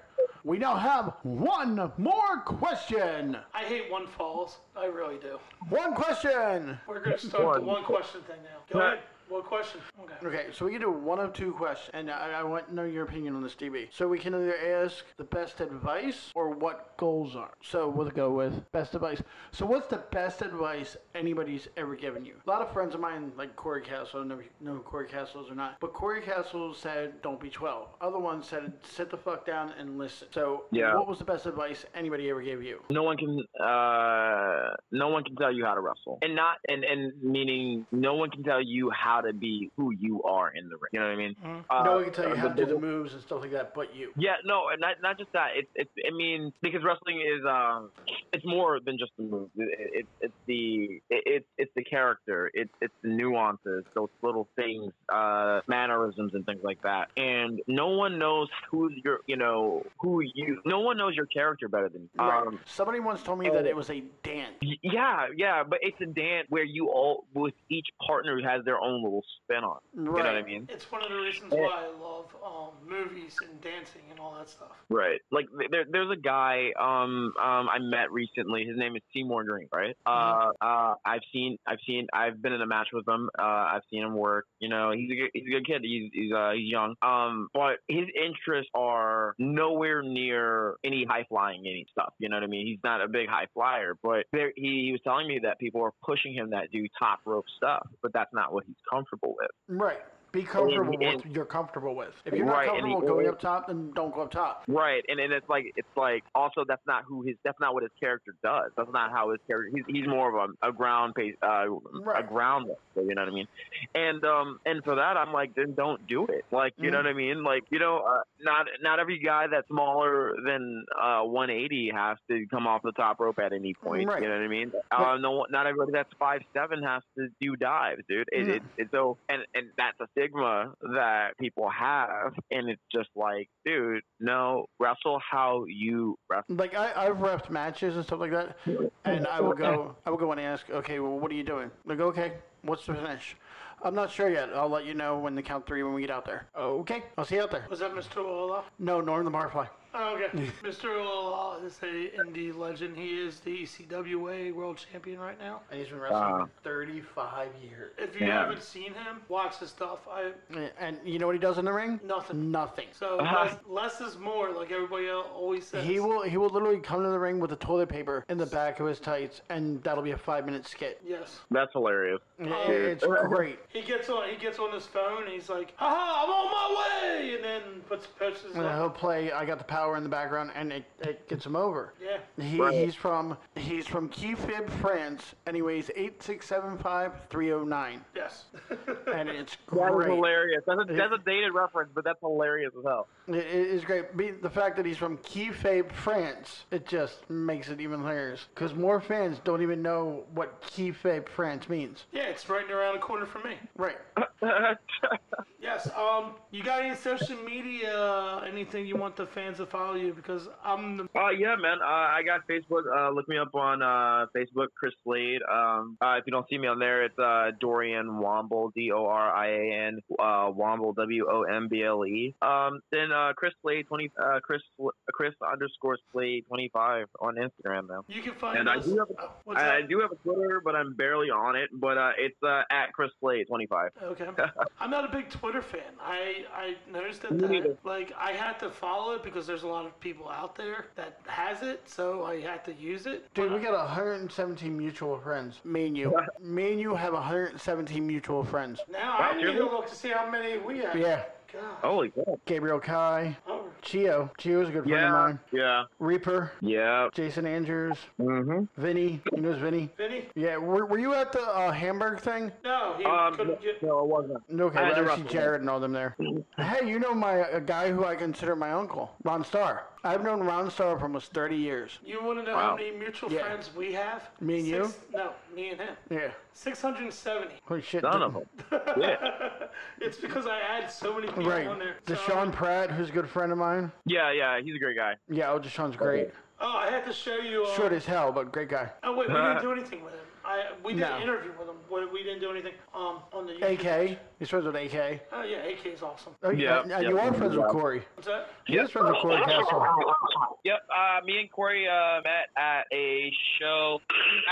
Speaker 4: We now have one more question.
Speaker 3: I hate one falls. I really do.
Speaker 4: One question.
Speaker 3: We're gonna start the
Speaker 6: One.
Speaker 3: one question thing now. Go ahead. One question. Okay.
Speaker 4: Okay, so we can do one of two questions, and I, I want to know your opinion on this, DB. So we can either ask the best advice or what goals are. So we'll go with best advice. So what's the best advice anybody's ever given you? A lot of friends of mine, like Corey Castle, I don't know if you know who Corey Castle is or not, but Corey Castle said, don't be 12. Other ones said, sit the fuck down and listen. So
Speaker 6: Yeah.
Speaker 4: what was the best advice anybody ever gave you?
Speaker 6: no one can uh, no one can tell you how to wrestle and not and, and meaning no one can tell you how to be who you are in the ring you know what i mean Uh,
Speaker 4: Mm-hmm. no one can tell you how to do the
Speaker 6: biggest-
Speaker 4: moves and stuff like that, but you.
Speaker 6: yeah no and not, not just that it's it's i mean because wrestling is um it's more than just the moves it, it, it's- it's the it, it's it's the character it's it's the nuances those little things uh mannerisms and things like that and no one knows who's your you know who you no one knows your character better than you
Speaker 4: Right.
Speaker 6: um
Speaker 4: Somebody once told me that it was a dance.
Speaker 6: Y- Yeah, yeah, but it's a dance where you all with each partner has their own cool spin on. it. You know what I
Speaker 4: Right.
Speaker 6: mean?
Speaker 3: It's one of the reasons why I love um, movies and dancing and all that stuff.
Speaker 6: Right. Like th- there, there's a guy um um I met recently. His name is Seymour Drink. Right. Uh uh I've seen I've seen I've been in a match with him. Uh I've seen him work. You know he's a good, he's a good kid. He's he's uh he's young. Um but his interests are nowhere near any high flying any stuff. You know what I mean? He's not a big high flyer. But there he, he was telling me that people are pushing him that do top rope stuff, but that's not what he's comfortable with.
Speaker 4: Right. Be comfortable
Speaker 6: and-
Speaker 4: with what you're comfortable with. If you're not
Speaker 6: Oh, Right, and
Speaker 4: comfortable
Speaker 6: the-
Speaker 4: going up top, then don't go up top.
Speaker 6: Right, and and it's like it's like also that's not who his that's not what his character does. That's not how his character. He's, he's more of a, a ground pace, uh,
Speaker 4: Right.
Speaker 6: a ground. wrestler, You know what I mean? And um and for that I'm like then don't do it. Like you know what I mean? Like you know uh, not not every guy that's smaller than uh 180 has to come off the top rope at any point.
Speaker 4: Right.
Speaker 6: You know what I mean? Uh, no, not everybody that's five seven has to do dives, dude. It, it, it's so and and that's a stigma that people have, and it's just like, dude, no, wrestle how you wrestle.
Speaker 4: Like I, I've repped matches and stuff like that, and I will go, I will go and ask, okay, well, what are you doing? Like, okay, what's the finish? I'm not sure yet. I'll let you know when the count three when we get out there. Okay, I'll see you out there.
Speaker 3: Was that Mr. Ola?
Speaker 4: No, Norm the Marfly.
Speaker 3: Oh, okay. Mr. Ola is a indie legend. He is the E ECWA world champion right now.
Speaker 4: And he's been wrestling
Speaker 6: Uh.
Speaker 4: for 35 years.
Speaker 3: If you
Speaker 6: Yeah.
Speaker 3: haven't seen him, watch his stuff. I
Speaker 4: And you know what he does in the ring?
Speaker 3: nothing.
Speaker 4: Nothing.
Speaker 3: So
Speaker 6: Uh-huh.
Speaker 3: less, less is more, like everybody el- always says.
Speaker 4: He will he will literally come to the ring with a toilet paper in the back of his tights, and that'll be a five minute skit. Oh,
Speaker 3: Yes.
Speaker 6: That's hilarious.
Speaker 4: It's great.
Speaker 3: He gets on. He gets on his phone. And he's like, "Haha, I'm on my way!" And then puts posts
Speaker 4: And he'll
Speaker 3: up.
Speaker 4: play "I Got the Power" in the background, and it, it gets him over.
Speaker 3: Yeah.
Speaker 4: He,
Speaker 6: Right.
Speaker 4: He's from he's from Kefib, France. Anyways, eight six seven five three zero nine,
Speaker 3: Yes.
Speaker 4: and it's
Speaker 6: That was
Speaker 4: great.
Speaker 6: hilarious. That's a, that's a dated reference, but that's hilarious as hell.
Speaker 4: It- it is great. Be, the fact that he's from Kefib, France, it just makes it even hilarious. Because more fans don't even know what Kefib, France means.
Speaker 3: yeah, it's right around the corner from me.
Speaker 4: Right.
Speaker 3: Yes. Um, you got any social media, anything you want the fans to follow you? Because I'm the
Speaker 6: Uh, yeah, man. Uh, I got Facebook. Uh, look me up on uh, Facebook, Chris Slade. Um, uh, if you don't see me on there, it's uh, Dorian Womble, D O R I A N uh, Womble, W O M B L E. Um, then uh, Chris Slade twenty uh, Chris Chris underscore Slade twenty five on Instagram now.
Speaker 3: you can find
Speaker 6: And I
Speaker 3: us.
Speaker 6: do have
Speaker 3: uh, what's
Speaker 6: I, I
Speaker 3: that?
Speaker 6: do have a Twitter, but I'm barely on it. But uh, it's uh, at Chris Slade twenty five.
Speaker 3: Okay. I'm not a big Twitter fan. I, I noticed that,
Speaker 6: Me neither.
Speaker 3: that like I had to follow it because there's a lot of people out there that has it, so I had to use it.
Speaker 4: Dude, we got 117 mutual friends. Me and you. Me and you have 117 mutual friends.
Speaker 3: Now I need
Speaker 6: really?
Speaker 3: to look to see how many we have.
Speaker 4: Yeah.
Speaker 3: God.
Speaker 6: Holy crap!
Speaker 4: Gabriel Kai,
Speaker 3: Oh.
Speaker 4: Chio. Chio's a good friend of
Speaker 6: Yeah,
Speaker 4: mine.
Speaker 6: yeah,
Speaker 4: Reaper,
Speaker 6: yeah.
Speaker 4: Jason Andrews,
Speaker 6: Mm-hmm.
Speaker 4: Vinny. You know Vinny?
Speaker 3: Vinny?
Speaker 4: Yeah, were, were you at the uh, Hamburg thing?
Speaker 3: No, he
Speaker 6: Um,
Speaker 3: couldn't get.
Speaker 6: no, it wasn't.
Speaker 4: No, okay,
Speaker 6: I
Speaker 4: I,
Speaker 6: had to
Speaker 4: I see
Speaker 6: wrestle.
Speaker 4: Jared and all them there. hey, you know my a guy who I consider my uncle, Ron Starr. I've known Ron Starr for almost 30 years.
Speaker 3: You want to know
Speaker 6: Wow.
Speaker 3: how many mutual
Speaker 4: Yeah.
Speaker 3: friends we have?
Speaker 4: Me and you?
Speaker 3: Six, No, me and him.
Speaker 4: Yeah.
Speaker 3: 670.
Speaker 4: Holy shit.
Speaker 6: None of them. Yeah,
Speaker 3: It's because I add so many people
Speaker 4: Right.
Speaker 3: on there. So-
Speaker 4: Deshaun Pratt, who's a good friend of mine.
Speaker 6: yeah, yeah. He's a great guy.
Speaker 4: Yeah, oh, Deshaun's great.
Speaker 3: Oh, I had to show you. Uh,
Speaker 4: Short as hell, but great guy.
Speaker 3: Oh wait, we didn't do anything with him. I we did
Speaker 4: No.
Speaker 3: an interview with him. We, we didn't do anything. Um, on the YouTube page.
Speaker 4: AK. He's friends with AK.
Speaker 3: Oh yeah, AK's awesome.
Speaker 4: Oh,
Speaker 6: Yeah,
Speaker 4: And, and you
Speaker 6: yeah.
Speaker 4: are friends with Corey.
Speaker 3: What's that?
Speaker 4: He is friends with Corey Castle.
Speaker 6: Yep, uh, me and Corey uh, met at a show.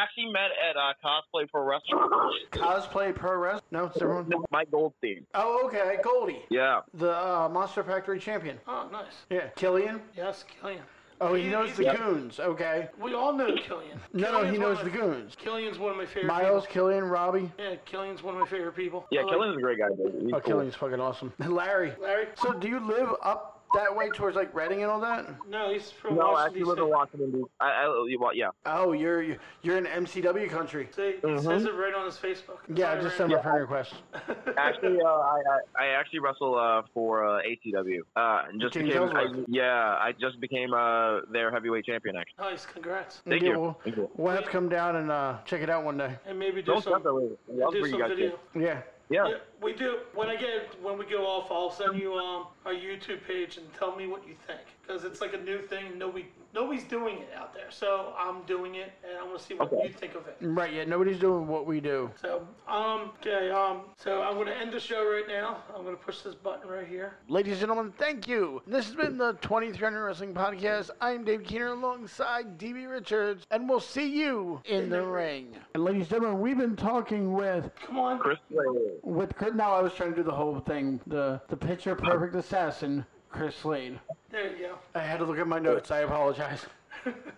Speaker 6: Actually, met at uh, cosplay for wrestling.
Speaker 4: Cosplay Pro Wrestling? No, it's everyone.
Speaker 6: Mike Goldstein.
Speaker 4: Oh, okay. Goldie.
Speaker 6: Yeah,
Speaker 4: The uh, Monster Factory champion.
Speaker 3: Oh nice.
Speaker 4: Yeah. Killian?
Speaker 3: Yes, Killian.
Speaker 4: Oh, he
Speaker 3: He-
Speaker 4: knows
Speaker 3: he's
Speaker 4: the
Speaker 3: got-
Speaker 4: goons. Okay.
Speaker 3: We all know Killian.
Speaker 4: No, no, he
Speaker 3: Killian's one
Speaker 4: knows
Speaker 3: of
Speaker 4: the
Speaker 3: my-
Speaker 4: goons.
Speaker 3: Killian's one of my favorite.
Speaker 4: Miles,
Speaker 3: people.
Speaker 4: Killian, Robbie.
Speaker 3: Yeah, Killian's one of my favorite people.
Speaker 6: yeah.
Speaker 3: I like-
Speaker 6: Killian's a great guy. dude. He's
Speaker 4: Oh,
Speaker 6: cool.
Speaker 4: Killian's fucking awesome. Larry.
Speaker 3: Larry.
Speaker 4: So, do you live up that way towards like Reading and all that?
Speaker 3: No, he's from
Speaker 6: No, I actually
Speaker 3: Washington.
Speaker 6: live in Washington. D.C. I, I, well, yeah.
Speaker 4: Oh, you're you're- you're in MCW country.
Speaker 3: See, it says it right on his Facebook. That's
Speaker 4: Mm-hmm. Yeah,
Speaker 3: why I
Speaker 4: just
Speaker 3: ran
Speaker 4: send my friend request.
Speaker 6: Actually, uh, I, I I actually wrestle uh, for uh, ACW. Uh, and just
Speaker 4: James
Speaker 6: became I,
Speaker 4: Ellsworth.
Speaker 6: yeah, I just became uh, their heavyweight champion. Actually,
Speaker 3: it. Nice, congrats.
Speaker 6: thank
Speaker 4: yeah,
Speaker 6: you.
Speaker 4: We'll,
Speaker 6: Thank you.
Speaker 4: we'll have to come down and uh, check it out one day.
Speaker 3: And maybe do
Speaker 6: Don't
Speaker 3: some,
Speaker 6: stop that way. I love
Speaker 3: do
Speaker 6: what you
Speaker 3: some
Speaker 6: guys
Speaker 3: video.
Speaker 6: do.
Speaker 4: Yeah.
Speaker 6: Yeah.
Speaker 3: Yeah, we do. When I get when we go off, I'll send you um our YouTube page and tell me what you think because it's like a new thing. Nobody nobody's doing it out there. So I'm doing it, and I want to see what
Speaker 6: Okay.
Speaker 3: you think of it.
Speaker 4: Right, yeah, nobody's doing what we do.
Speaker 3: So um, okay, um, so I'm gonna end the show right now. I'm gonna push this button right here.
Speaker 4: Ladies and gentlemen, thank you. This has been the 2300 Wrestling Podcast. I'm Dave Keener alongside DB Richards, and we'll see you in the ring. And ladies and gentlemen, we've been talking with
Speaker 3: Come on.
Speaker 6: Chris Slade.
Speaker 4: with Chris. Now I was trying to do the whole thing, the the picture perfect assassin, Chris Slade.
Speaker 3: There you go.
Speaker 4: I had to look at my notes. I apologize.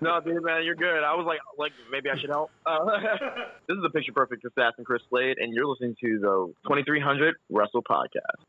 Speaker 6: No, dude, man, you're good. I was like, like maybe I should help. Uh, this is the picture perfect assassin, Chris Slade, and you're listening to the 2300 Wrestle Podcast.